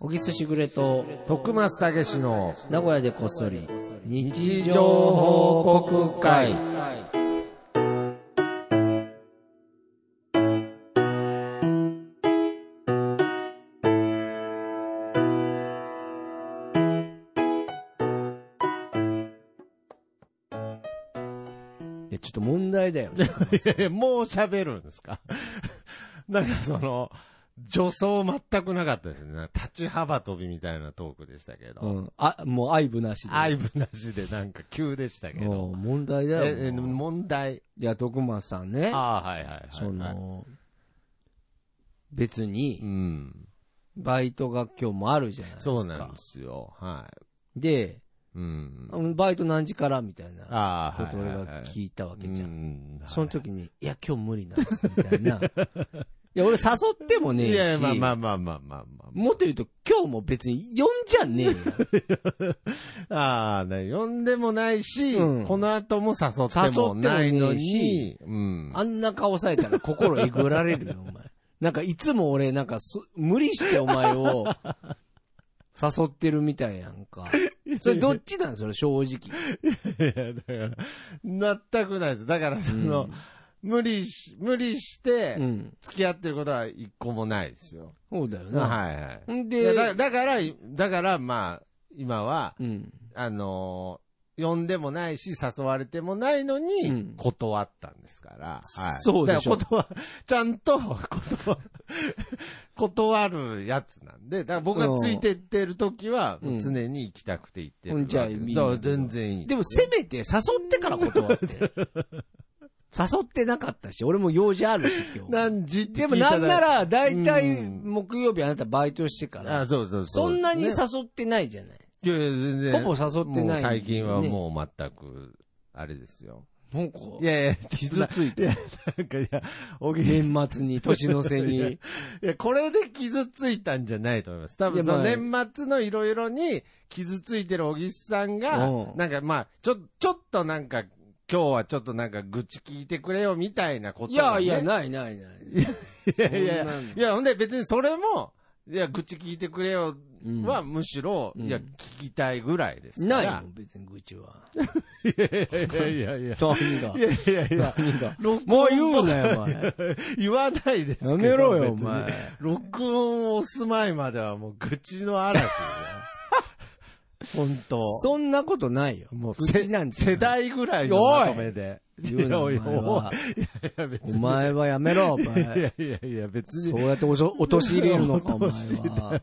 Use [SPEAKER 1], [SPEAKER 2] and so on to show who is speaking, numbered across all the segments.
[SPEAKER 1] 小木すしぐれと、
[SPEAKER 2] 徳松たけしの
[SPEAKER 1] 名古屋でこっそり、日常報告会。
[SPEAKER 3] いや、ちょっと問題だよね。
[SPEAKER 2] いやいやもう喋るんですか なんかその、助走全くなかったですね。立ち幅跳びみたいなトークでしたけど。
[SPEAKER 3] うん。あ、もう愛部なしで。
[SPEAKER 2] 愛分なしでなんか急でしたけど。
[SPEAKER 3] もう問題だ
[SPEAKER 2] え、え
[SPEAKER 3] よ。もう
[SPEAKER 2] 問題。
[SPEAKER 3] いや、徳松さんね。
[SPEAKER 2] ああ、はいはいはい、はい。
[SPEAKER 3] その、別
[SPEAKER 2] う
[SPEAKER 3] に、
[SPEAKER 2] ん。
[SPEAKER 3] バイトが今日もあるじゃないですか。
[SPEAKER 2] そうなんですよ。はい。
[SPEAKER 3] で、
[SPEAKER 2] うん。
[SPEAKER 3] うんバイト何時からみたいな
[SPEAKER 2] ああ、
[SPEAKER 3] こ
[SPEAKER 2] はい
[SPEAKER 3] と
[SPEAKER 2] は
[SPEAKER 3] 俺
[SPEAKER 2] いはい。
[SPEAKER 3] が聞いたわけ
[SPEAKER 2] う
[SPEAKER 3] じゃん。
[SPEAKER 2] ん。はい
[SPEAKER 3] その時に、いや、今日無理なんです、みたい な。いや、俺誘ってもねえし
[SPEAKER 2] いやいや、まあまあまあまあまあまあ、
[SPEAKER 3] もっと言うと、今日も別に呼んじゃねえよ。
[SPEAKER 2] ああ、ね、呼んでもないし、
[SPEAKER 3] うん
[SPEAKER 2] この後も誘ってもないのに、うん。
[SPEAKER 3] あんな顔されたら心えぐられるよ、お前。なんかいつも俺、なんかす、無理してお前 を、誘ってるみたいやんか。それどっちなんそれ、 正直。
[SPEAKER 2] いや、だから、全くないです。だから、その、無理し、無理して
[SPEAKER 3] う、ん。
[SPEAKER 2] 付き合ってることは一個もないですよ。
[SPEAKER 3] そうだよな。
[SPEAKER 2] はいはい。
[SPEAKER 3] ん
[SPEAKER 2] いや
[SPEAKER 3] で、
[SPEAKER 2] だだから、だから、まあ、今は、
[SPEAKER 3] うん。
[SPEAKER 2] あのー呼んでもないし、誘われてもないの
[SPEAKER 3] う
[SPEAKER 2] に
[SPEAKER 3] ん、
[SPEAKER 2] 断ったんですから。はい。
[SPEAKER 3] そうでしょ
[SPEAKER 2] だから断、ちゃんと、断、断るやつなんで、だから僕がついてってる時は、
[SPEAKER 3] うん
[SPEAKER 2] 常に行きたくて行ってるわ
[SPEAKER 3] うんじゃあい
[SPEAKER 2] け
[SPEAKER 3] い
[SPEAKER 2] で
[SPEAKER 3] んだ
[SPEAKER 2] す。
[SPEAKER 3] け
[SPEAKER 2] だか
[SPEAKER 3] ど
[SPEAKER 2] ら全然いい。
[SPEAKER 3] でもせめて誘ってから断って。誘ってなかったし、俺も用事あるし、 今日。
[SPEAKER 2] 何時って聞
[SPEAKER 3] で
[SPEAKER 2] い
[SPEAKER 3] もな
[SPEAKER 2] た
[SPEAKER 3] んなら、だいたい
[SPEAKER 2] うん
[SPEAKER 3] 木曜日あなたバイトしてから、
[SPEAKER 2] あ、そうそう
[SPEAKER 3] そ
[SPEAKER 2] そう。
[SPEAKER 3] んなに
[SPEAKER 2] ですね、
[SPEAKER 3] 誘ってないじゃない。
[SPEAKER 2] いやいや、全然。
[SPEAKER 3] ほぼ誘って
[SPEAKER 2] も
[SPEAKER 3] な
[SPEAKER 2] う
[SPEAKER 3] い。
[SPEAKER 2] 最近は
[SPEAKER 3] う。
[SPEAKER 2] もう全く、あれですよ。
[SPEAKER 3] なんか、
[SPEAKER 2] いやいや、
[SPEAKER 3] 傷つい
[SPEAKER 2] い
[SPEAKER 3] て、
[SPEAKER 2] や、なんかいや、おぎ
[SPEAKER 3] 年末に、年の瀬
[SPEAKER 2] いや い
[SPEAKER 3] に。
[SPEAKER 2] いや、これで傷ついたんじゃないと思います。多
[SPEAKER 3] い
[SPEAKER 2] 分
[SPEAKER 3] や
[SPEAKER 2] その
[SPEAKER 3] まあ
[SPEAKER 2] 年末のいろいろに傷ついてる小木さんが
[SPEAKER 3] う、ん
[SPEAKER 2] なんかまあ、ちょ、ちょっとなんか、今日はちょっとなんか愚痴聞いてくれよみたいなこと
[SPEAKER 3] い
[SPEAKER 2] が
[SPEAKER 3] や
[SPEAKER 2] ね
[SPEAKER 3] いや、ないないない。
[SPEAKER 2] いやい
[SPEAKER 3] そ
[SPEAKER 2] や
[SPEAKER 3] んなん
[SPEAKER 2] いや、ほんで別にそれも、いや、愚痴聞いてくれよはむしろ、
[SPEAKER 3] うん
[SPEAKER 2] いや、聞きたいぐらいですか
[SPEAKER 3] ない
[SPEAKER 2] ら
[SPEAKER 3] よ。、別に愚痴は。
[SPEAKER 2] いやいやいやいや。
[SPEAKER 3] 何が
[SPEAKER 2] い。やいやいや。
[SPEAKER 3] 何が。
[SPEAKER 2] 録音
[SPEAKER 3] もう言うなよ、お前。
[SPEAKER 2] 言わないですけど
[SPEAKER 3] やめろよ、お
[SPEAKER 2] 別に
[SPEAKER 3] 前。
[SPEAKER 2] 録音お住まいまではもう愚痴の嵐だよ本当。
[SPEAKER 3] そんなことないよ。
[SPEAKER 2] もう
[SPEAKER 3] 愚痴なんて
[SPEAKER 2] 世代ぐらいのまとめで。
[SPEAKER 3] 言うな、お
[SPEAKER 2] い
[SPEAKER 3] 前
[SPEAKER 2] やいや
[SPEAKER 3] は。
[SPEAKER 2] いや別
[SPEAKER 3] お
[SPEAKER 2] に。
[SPEAKER 3] 前はやめろ、お
[SPEAKER 2] い
[SPEAKER 3] 前。
[SPEAKER 2] やいやいや、別に。
[SPEAKER 3] そうやっておそ陥れるのか、お前
[SPEAKER 2] 陥れ
[SPEAKER 3] は。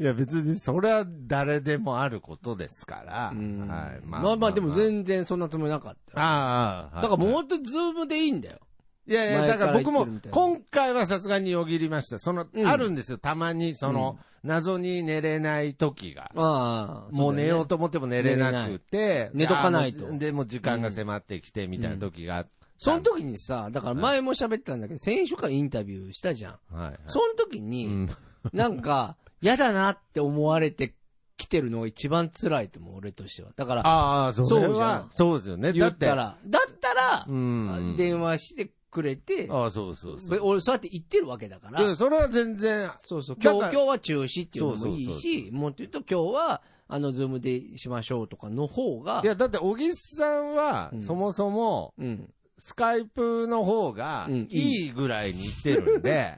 [SPEAKER 2] いや、別に、それは誰でもあることですから。
[SPEAKER 3] うん
[SPEAKER 2] はい。
[SPEAKER 3] まあまあ、でも全然そんなつもりなかったよ。
[SPEAKER 2] あ
[SPEAKER 3] だ
[SPEAKER 2] あ、
[SPEAKER 3] から
[SPEAKER 2] う
[SPEAKER 3] もっとズームでいいんだよ。
[SPEAKER 2] いやいや、
[SPEAKER 3] 前
[SPEAKER 2] だから僕
[SPEAKER 3] から言って
[SPEAKER 2] も
[SPEAKER 3] るみた、いな
[SPEAKER 2] 今回はさすがによぎりました。その、
[SPEAKER 3] うん
[SPEAKER 2] あるんですよ。たまに、その、謎に寝れない時が。
[SPEAKER 3] ああ。
[SPEAKER 2] もう寝よう
[SPEAKER 3] う
[SPEAKER 2] と思っても寝れなくて。
[SPEAKER 3] 寝れない寝とかないと
[SPEAKER 2] あーでも時間が迫ってきて、みたいな時があった。
[SPEAKER 3] その時にさ、だから前も喋ったんだけど、先週からインタビューしたじゃん。
[SPEAKER 2] はいはい。
[SPEAKER 3] その時
[SPEAKER 2] う
[SPEAKER 3] に、
[SPEAKER 2] ん。
[SPEAKER 3] なんか、嫌だなって思われてきてるのが一番辛いと思う、俺としては。だから、
[SPEAKER 2] ああ、それは、そうですよね。
[SPEAKER 3] 言
[SPEAKER 2] だ
[SPEAKER 3] っ
[SPEAKER 2] って。
[SPEAKER 3] たら、だったら
[SPEAKER 2] う、ん。
[SPEAKER 3] 電話してくれて、
[SPEAKER 2] ああ、そうそうそう。
[SPEAKER 3] 俺そうやって言ってるわけだから、
[SPEAKER 2] いやそれは全然、
[SPEAKER 3] そうそう。
[SPEAKER 2] だ
[SPEAKER 3] 今
[SPEAKER 2] か
[SPEAKER 3] 日、
[SPEAKER 2] ら
[SPEAKER 3] 今日は中止っていうのもい
[SPEAKER 2] そう
[SPEAKER 3] い
[SPEAKER 2] そうそう
[SPEAKER 3] し、もっと言うと今日は、あの、ズームでしましょうとかの方が
[SPEAKER 2] い、や、だって、小木さんは
[SPEAKER 3] う、ん
[SPEAKER 2] そもそも、
[SPEAKER 3] うん。
[SPEAKER 2] スカイプの方が
[SPEAKER 3] うん
[SPEAKER 2] いいぐらいに言ってるん で、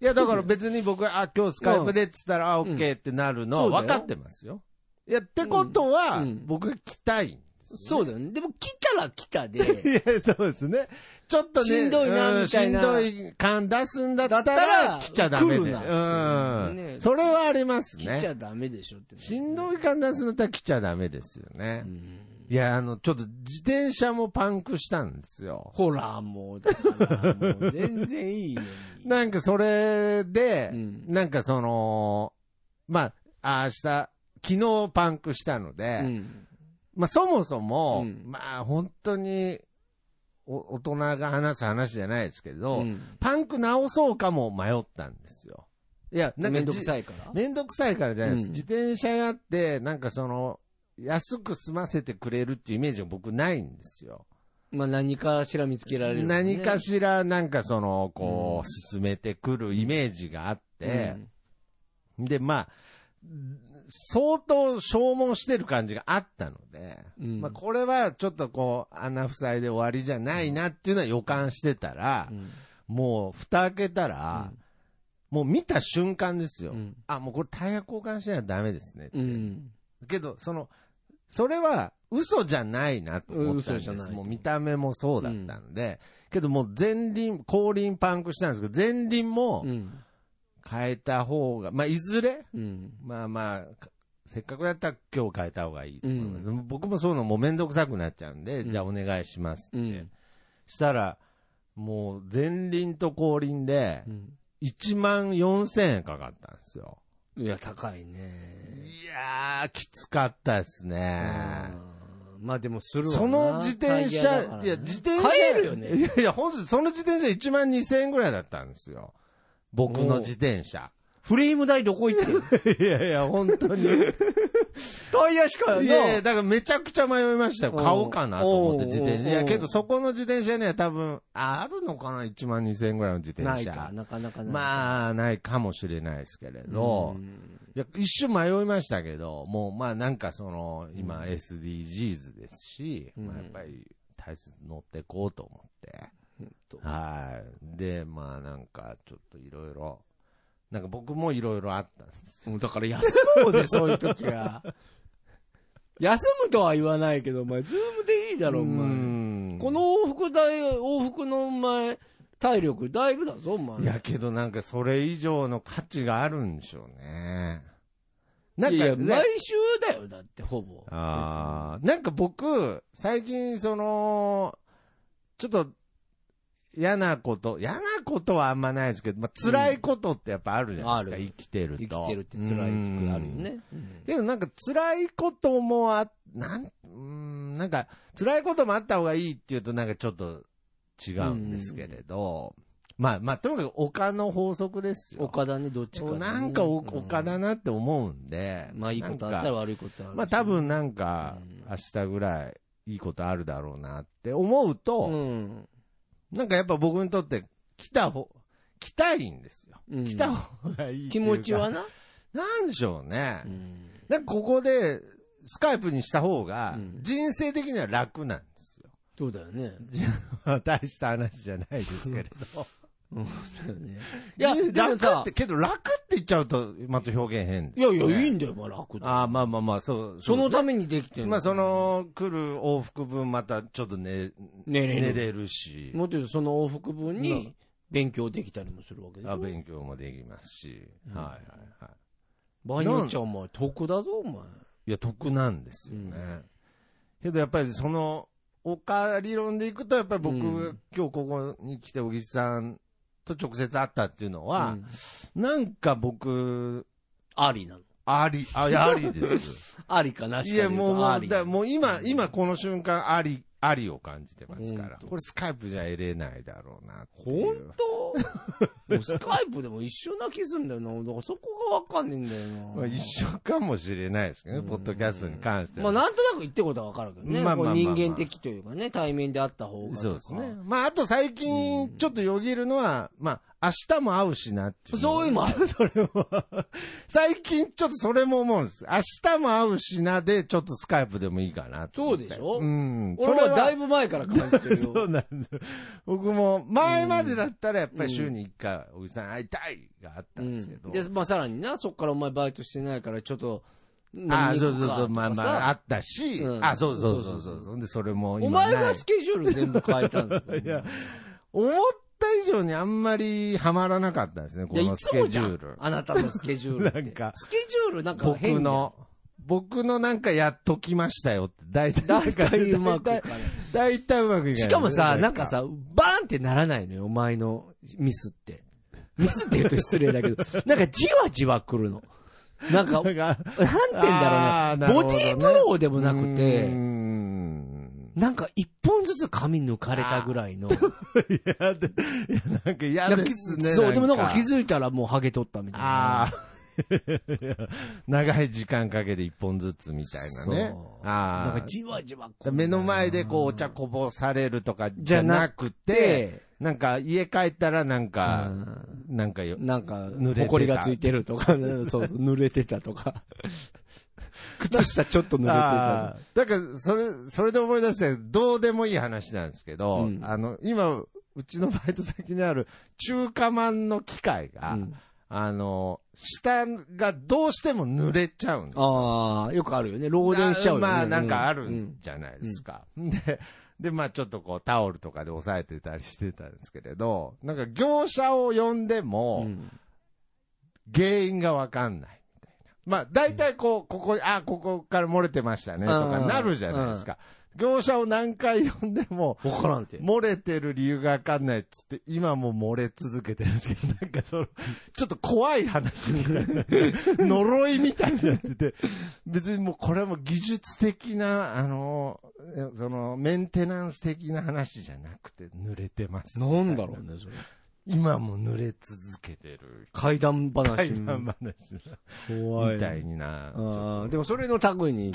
[SPEAKER 2] いや、だから別に僕は、あ、今日スカイプでって言ったら、あ、オ
[SPEAKER 3] うん
[SPEAKER 2] ッケーってなるの
[SPEAKER 3] そうだ
[SPEAKER 2] は
[SPEAKER 3] よ
[SPEAKER 2] 分かってますよ。いや、ってことは
[SPEAKER 3] うんうん、
[SPEAKER 2] 僕が来たいんです
[SPEAKER 3] そう
[SPEAKER 2] よ
[SPEAKER 3] だ
[SPEAKER 2] ね。
[SPEAKER 3] よね。でも来たら来た で、
[SPEAKER 2] いや、そうですね。ちょっとね、
[SPEAKER 3] しんどいな
[SPEAKER 2] う
[SPEAKER 3] みたいな
[SPEAKER 2] しんどい感出すんだった
[SPEAKER 3] だった
[SPEAKER 2] ら、
[SPEAKER 3] ら
[SPEAKER 2] 来ちゃダメで。
[SPEAKER 3] 来るな
[SPEAKER 2] うん
[SPEAKER 3] ね
[SPEAKER 2] それはあります
[SPEAKER 3] 来ち
[SPEAKER 2] ね。
[SPEAKER 3] ゃダメでしょって、
[SPEAKER 2] しんどい感出すんだったら来ちゃダメですよね
[SPEAKER 3] う。ん
[SPEAKER 2] いや、あの、ちょっと自転車もパンクしたんですよ。
[SPEAKER 3] ほら、もう、だから、もう全然いい のに。
[SPEAKER 2] なんかそれで、
[SPEAKER 3] うん
[SPEAKER 2] なんかその、まあ、あ明日、昨日パンクしたので、
[SPEAKER 3] うん
[SPEAKER 2] まあそもそも、
[SPEAKER 3] うん
[SPEAKER 2] まあ本当にお、大人が話す話じゃないですけど、
[SPEAKER 3] うん
[SPEAKER 2] パンク直そうかも迷ったんですよ。いや、なんか
[SPEAKER 3] めんどく
[SPEAKER 2] い。
[SPEAKER 3] さいから。
[SPEAKER 2] めんどくさいからじゃないです。
[SPEAKER 3] うん
[SPEAKER 2] 自転車やって、なんかその、安く済ませてくれるっていうイメージが僕ないんですよ。
[SPEAKER 3] まあ何かしら見つけられるもんね、
[SPEAKER 2] 何かしら、なんかその、こ
[SPEAKER 3] う
[SPEAKER 2] う、進めてくるイメージがあって、
[SPEAKER 3] うん
[SPEAKER 2] で、まあ、相当消耗してる感じがあったので、
[SPEAKER 3] うん
[SPEAKER 2] まあこれはちょっとこう、穴塞いで終わりじゃないなっていうのは予感してたら、
[SPEAKER 3] うん
[SPEAKER 2] もう蓋開けたら、もう見た瞬間ですよ。
[SPEAKER 3] うん
[SPEAKER 2] あ、もうこれタイヤ交換しないとダメですねって。
[SPEAKER 3] うん。
[SPEAKER 2] けど、その、それは嘘じゃないなと思った
[SPEAKER 3] う
[SPEAKER 2] んです。
[SPEAKER 3] ん嘘じゃない
[SPEAKER 2] もう見た目もそうだったんで、けどもう前輪、後輪パンクしたんですけど、前輪も
[SPEAKER 3] うん。
[SPEAKER 2] 変えた方が、まあいずれ、
[SPEAKER 3] うん。
[SPEAKER 2] まあまあ、かせっかくだったら今日変えた方がいいと思います、僕もそういうのもうめんどくさくなっちゃうんで、
[SPEAKER 3] うん
[SPEAKER 2] じゃあお願いします
[SPEAKER 3] う
[SPEAKER 2] って。
[SPEAKER 3] ん。
[SPEAKER 2] したら、もう前輪と後輪で
[SPEAKER 3] う、ん
[SPEAKER 2] 1万4000円かかったんですよ。
[SPEAKER 3] いや、高いね。
[SPEAKER 2] いやー、きつかったですね。
[SPEAKER 3] うんまあでもするわな。
[SPEAKER 2] その自転
[SPEAKER 3] タイヤ
[SPEAKER 2] 車、
[SPEAKER 3] だからね
[SPEAKER 2] いや、自転車。
[SPEAKER 3] 買えるよね
[SPEAKER 2] いやいや、本当にその自転車1万2000円ぐらいだったんですよ。僕の自転車。
[SPEAKER 3] フレーム代どこ行ってん
[SPEAKER 2] いやいや、本当に。い
[SPEAKER 3] タイヤしかな
[SPEAKER 2] やいや、だからめちゃくちゃ迷いましたよ。
[SPEAKER 3] うん
[SPEAKER 2] 買おうかなと思って
[SPEAKER 3] うん
[SPEAKER 2] 自
[SPEAKER 3] う
[SPEAKER 2] 転
[SPEAKER 3] ん
[SPEAKER 2] 車。いや、けどそこの自転車には多分、ああるのかな ?1 万2000円ぐらいの自転車。
[SPEAKER 3] ないか、なかなかない。あ、
[SPEAKER 2] まあ、ないかもしれないですけれど。いや、一瞬迷いましたけど、もう、まあなんかその、今 SDGs ですし、
[SPEAKER 3] うん
[SPEAKER 2] まあやっぱり大切に乗っていこうと思って。
[SPEAKER 3] と
[SPEAKER 2] はい。で、まあなんかちょっといろいろ、なんか僕もいろいろあったんです。
[SPEAKER 3] もうだから休もうぜ、そういう時は。 休むとは言わないけど、お前、ズームでいいだろ、お前。
[SPEAKER 2] ん
[SPEAKER 3] この、往復代、往復のお前、体力だいぶだぞ、お前。
[SPEAKER 2] いやけどなんかそれ以上の価値があるんでしょうね。なんか、
[SPEAKER 3] いやいや
[SPEAKER 2] ね
[SPEAKER 3] 毎週だよ、だって、ほぼ。
[SPEAKER 2] ああ、なんか僕、最近、その、ちょっと、嫌なこと、嫌なことはあんまないですけど、まあ、辛いことってやっぱあるじゃないですか、
[SPEAKER 3] うんある
[SPEAKER 2] 生きてると。
[SPEAKER 3] 生きてるって辛い時あるよ
[SPEAKER 2] うん。
[SPEAKER 3] ね。
[SPEAKER 2] けどなんか辛いこともあ、なん、うーん、なんか、辛いこともあった方がいいっていうとなんかちょっと違うんですけれど、まあまあ、とにかく丘の法則ですよ。
[SPEAKER 3] 岡田ね、どっちかだね。
[SPEAKER 2] なんかお丘
[SPEAKER 3] う
[SPEAKER 2] だ
[SPEAKER 3] ん。
[SPEAKER 2] なって思うんで、
[SPEAKER 3] まあ、いいことあったら悪いことあるし。
[SPEAKER 2] まあ多分なんか
[SPEAKER 3] うん
[SPEAKER 2] 明日ぐらいいいことあるだろうなって思うと、
[SPEAKER 3] ん。
[SPEAKER 2] なんかやっぱ僕にとって来た方、来たいんですよ。
[SPEAKER 3] うん
[SPEAKER 2] 来た方がいいって
[SPEAKER 3] 気
[SPEAKER 2] いうか
[SPEAKER 3] 持ちはな。
[SPEAKER 2] なんでしょうね
[SPEAKER 3] う。ん
[SPEAKER 2] なんかここでスカイプにした方が
[SPEAKER 3] うん
[SPEAKER 2] 人生的には楽なんですよ。
[SPEAKER 3] そうだよね。
[SPEAKER 2] 大した話じゃないですけれど。
[SPEAKER 3] うんそうだよねいや、でも
[SPEAKER 2] 楽
[SPEAKER 3] さ
[SPEAKER 2] っ、て、けど楽って言っちゃうとまた表現変
[SPEAKER 3] い
[SPEAKER 2] です
[SPEAKER 3] や
[SPEAKER 2] よね、
[SPEAKER 3] いや、いいんだよ、まあ楽だ。
[SPEAKER 2] ああ、まあまあまあ、そう。
[SPEAKER 3] その
[SPEAKER 2] そう
[SPEAKER 3] ためにできてんの
[SPEAKER 2] まあそ、の、来る往復分またちょっと寝、
[SPEAKER 3] 寝れる
[SPEAKER 2] 寝れるし。
[SPEAKER 3] もっと言うとその往復分
[SPEAKER 2] ま
[SPEAKER 3] に勉強できたりもするわけでし
[SPEAKER 2] あ
[SPEAKER 3] ょ。
[SPEAKER 2] 勉強もできますし、
[SPEAKER 3] うん
[SPEAKER 2] はいはいは
[SPEAKER 3] 場合によっちゃお前、得だぞ、お前。
[SPEAKER 2] い。いや、得なんですよね。
[SPEAKER 3] うん
[SPEAKER 2] けどやっぱりその、丘理論でいくと、やっぱり僕、
[SPEAKER 3] うん
[SPEAKER 2] 今日ここに来て、小木さんと直接会ったっていうの
[SPEAKER 3] う
[SPEAKER 2] は、
[SPEAKER 3] ん
[SPEAKER 2] なんか僕、
[SPEAKER 3] ありなの。
[SPEAKER 2] あり、あ、いや、あ りです。
[SPEAKER 3] ありかなしか
[SPEAKER 2] い
[SPEAKER 3] で
[SPEAKER 2] や、
[SPEAKER 3] 言う
[SPEAKER 2] もう、
[SPEAKER 3] と
[SPEAKER 2] も
[SPEAKER 3] あ
[SPEAKER 2] う、
[SPEAKER 3] り。
[SPEAKER 2] だもう今、今この瞬間、あり、ありを感じてますから。
[SPEAKER 3] ほんと
[SPEAKER 2] これスカイプじゃ得れないだろうなってい
[SPEAKER 3] 本
[SPEAKER 2] う。
[SPEAKER 3] 当もうスカイプでも一緒な気すんだよな。だからそこがわかんねえんだよな。
[SPEAKER 2] まあ一緒かもしれないですけど
[SPEAKER 3] う
[SPEAKER 2] ね、
[SPEAKER 3] ん
[SPEAKER 2] ポッドキャストに関して
[SPEAKER 3] まあ
[SPEAKER 2] は。
[SPEAKER 3] なんとなく言ってることはわかるけどね。
[SPEAKER 2] まあまあまあまあ
[SPEAKER 3] こう人間的というかね、対面であった方が。
[SPEAKER 2] そうですね。。まあ、あと最近、ちょっとよぎるのは、まあ、明日も会うしなっていう。
[SPEAKER 3] そういうのもある
[SPEAKER 2] それも最近、ちょっとそれも思うんです。明日も会うしなで、ちょっとスカイプでもいいかなと思って
[SPEAKER 3] そうでしょ
[SPEAKER 2] うん。
[SPEAKER 3] 俺はだい
[SPEAKER 2] ぶ。
[SPEAKER 3] ぶ前から感じてる
[SPEAKER 2] そう
[SPEAKER 3] よ。
[SPEAKER 2] なんです。僕も、前までだったらやっぱり週に1回、おじさん会いたいがあった
[SPEAKER 3] うん
[SPEAKER 2] ですけど。
[SPEAKER 3] んで、まあさらにな、そっからお前バイトしてないから、ちょっと、
[SPEAKER 2] ああ、
[SPEAKER 3] 飲
[SPEAKER 2] そ
[SPEAKER 3] み
[SPEAKER 2] う
[SPEAKER 3] に行
[SPEAKER 2] そ
[SPEAKER 3] く
[SPEAKER 2] う
[SPEAKER 3] か
[SPEAKER 2] そう、まあ
[SPEAKER 3] と
[SPEAKER 2] ま
[SPEAKER 3] か
[SPEAKER 2] あ、あ
[SPEAKER 3] さ
[SPEAKER 2] ったし、
[SPEAKER 3] うん
[SPEAKER 2] あ、そうそうそうそうそう。で、それも
[SPEAKER 3] お
[SPEAKER 2] 今
[SPEAKER 3] 前
[SPEAKER 2] な
[SPEAKER 3] が
[SPEAKER 2] い
[SPEAKER 3] スケジュール全部変えたんだぞ。
[SPEAKER 2] い や思った以上にあんまりハマらなかったんですね、
[SPEAKER 3] お
[SPEAKER 2] こ
[SPEAKER 3] 前いや、
[SPEAKER 2] の
[SPEAKER 3] い
[SPEAKER 2] ス
[SPEAKER 3] つ
[SPEAKER 2] ケ
[SPEAKER 3] もじ
[SPEAKER 2] ジ
[SPEAKER 3] ゃ
[SPEAKER 2] ュー
[SPEAKER 3] ん
[SPEAKER 2] ル。。
[SPEAKER 3] あなたのスケジュールって。
[SPEAKER 2] なんか
[SPEAKER 3] スケジュールなんか変
[SPEAKER 2] 僕
[SPEAKER 3] じゃん。
[SPEAKER 2] の、僕のなんかやっときましたよって、大体、
[SPEAKER 3] 大体うまくい
[SPEAKER 2] 大体
[SPEAKER 3] かない。
[SPEAKER 2] 大体うまくいかない。
[SPEAKER 3] しかもさ、なんか、さ、バーンってならないのよ、お前のミスって。ミスって言うと失礼だけど、 なんかじわじわ来るの。なんか、なん
[SPEAKER 2] な
[SPEAKER 3] て
[SPEAKER 2] んか、
[SPEAKER 3] 言うんだ
[SPEAKER 2] あーなる
[SPEAKER 3] ろ
[SPEAKER 2] ほ
[SPEAKER 3] うね。ボ
[SPEAKER 2] ど
[SPEAKER 3] デ
[SPEAKER 2] ね
[SPEAKER 3] ィーブローでもなく
[SPEAKER 2] うー
[SPEAKER 3] て、
[SPEAKER 2] ん
[SPEAKER 3] なんか一本ずつ髪抜かれたぐらいの。
[SPEAKER 2] いや、で、いやなんか嫌ですね。
[SPEAKER 3] そう、でもなんか気づいたらもうハゲ取ったみたいな。
[SPEAKER 2] ああ。いや 長い時間かけて一本ずつみたいなね
[SPEAKER 3] そ。う
[SPEAKER 2] あ
[SPEAKER 3] なん
[SPEAKER 2] あ
[SPEAKER 3] か。じわじわ来る
[SPEAKER 2] 目の前でこうお茶こぼされるとか
[SPEAKER 3] じ
[SPEAKER 2] じ
[SPEAKER 3] ゃ
[SPEAKER 2] ゃ
[SPEAKER 3] な
[SPEAKER 2] な
[SPEAKER 3] く
[SPEAKER 2] くて、
[SPEAKER 3] て、
[SPEAKER 2] なんか、家帰ったらなんか、
[SPEAKER 3] うん
[SPEAKER 2] なんかよ、
[SPEAKER 3] なんか、
[SPEAKER 2] 濡れてた
[SPEAKER 3] 埃がついてるとか、 そうそう、濡れてたとか。靴下ちょっと濡れてた
[SPEAKER 2] ああだから、それ、それで思い出して、どうでもいい話なんですけど、
[SPEAKER 3] うん
[SPEAKER 2] あの、今、うちのバイト先にある中華まんの機械
[SPEAKER 3] とか。
[SPEAKER 2] が、
[SPEAKER 3] うん
[SPEAKER 2] あの、下がどうしても濡れちゃうんですよ
[SPEAKER 3] ああ、よくあるよね。漏電しちゃうよね。
[SPEAKER 2] まあ、なんかある
[SPEAKER 3] うん
[SPEAKER 2] んじゃないですか。で、で、まあ、ちょっとこう、タオルとかで押さえてたりしてたんですけれど、なんか業者を呼んでも、
[SPEAKER 3] うん
[SPEAKER 2] 原因がわかんないみたいな。まあ、大体こう、ここ、あ、ここから漏れてましたね、と
[SPEAKER 3] う
[SPEAKER 2] か
[SPEAKER 3] ん
[SPEAKER 2] なるじゃないですか。業者を何回呼んでも、
[SPEAKER 3] わからんて。
[SPEAKER 2] 漏れてる理由がわかんないっつって、今も漏れ続けてるんですけど、 なんかその、ちょっと怖い話みたい な、呪いみたいになってて、別にもうこれはもう技術的な、あの、えその、メンテナンス的な話じゃなくて、濡れてます。
[SPEAKER 3] なんだろうね、それ。
[SPEAKER 2] 今も濡れ続けてる。
[SPEAKER 3] 怪談話。
[SPEAKER 2] 怪談話だ。
[SPEAKER 3] 怖い。
[SPEAKER 2] みたいにな。
[SPEAKER 3] ああ、でもそれの類に。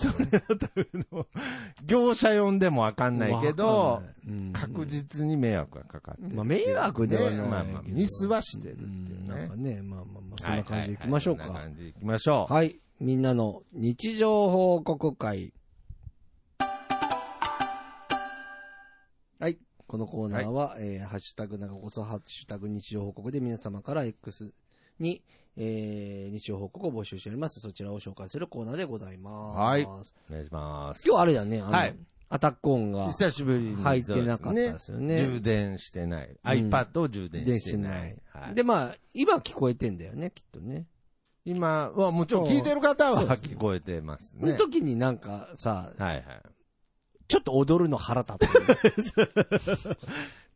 [SPEAKER 2] 業者呼んでもわかんないけ
[SPEAKER 3] わ
[SPEAKER 2] ど
[SPEAKER 3] か、んない、
[SPEAKER 2] 確実に迷惑がかかってる。
[SPEAKER 3] まあ迷惑ではないけど
[SPEAKER 2] まあまあ、ミスはしてるっ
[SPEAKER 3] う
[SPEAKER 2] てい
[SPEAKER 3] ん
[SPEAKER 2] う
[SPEAKER 3] なん
[SPEAKER 2] ね
[SPEAKER 3] か。ね、まあまあまあ、そん
[SPEAKER 2] はい
[SPEAKER 3] な感じでいきましょうか。
[SPEAKER 2] はいは
[SPEAKER 3] は
[SPEAKER 2] いそん
[SPEAKER 3] い
[SPEAKER 2] な感じでいきましょう。
[SPEAKER 3] みんなの日常報告会。はい。このコーナーは、えーハッシュタグなんかこそ、ハッシュタグ日常報告で皆様から X に、えー日常報告を募集しております。そちらを紹介するコーナーでございます。
[SPEAKER 2] はい
[SPEAKER 3] 今
[SPEAKER 2] お願いします。
[SPEAKER 3] 日あれだね、あの、
[SPEAKER 2] はい
[SPEAKER 3] アタック音が
[SPEAKER 2] 久しぶりに。
[SPEAKER 3] 入ってなかった
[SPEAKER 2] そう
[SPEAKER 3] で
[SPEAKER 2] です
[SPEAKER 3] よね。
[SPEAKER 2] ね。充電してない。iPad を充電
[SPEAKER 3] で
[SPEAKER 2] してない。はい
[SPEAKER 3] で、まあ、今聞こえてんだよね、きっとね。
[SPEAKER 2] 今はもちろん聞いてる方は聞こえてます
[SPEAKER 3] その
[SPEAKER 2] ね。
[SPEAKER 3] 時になんかさ、
[SPEAKER 2] はいはい。
[SPEAKER 3] ちょっと踊るの腹立ってる。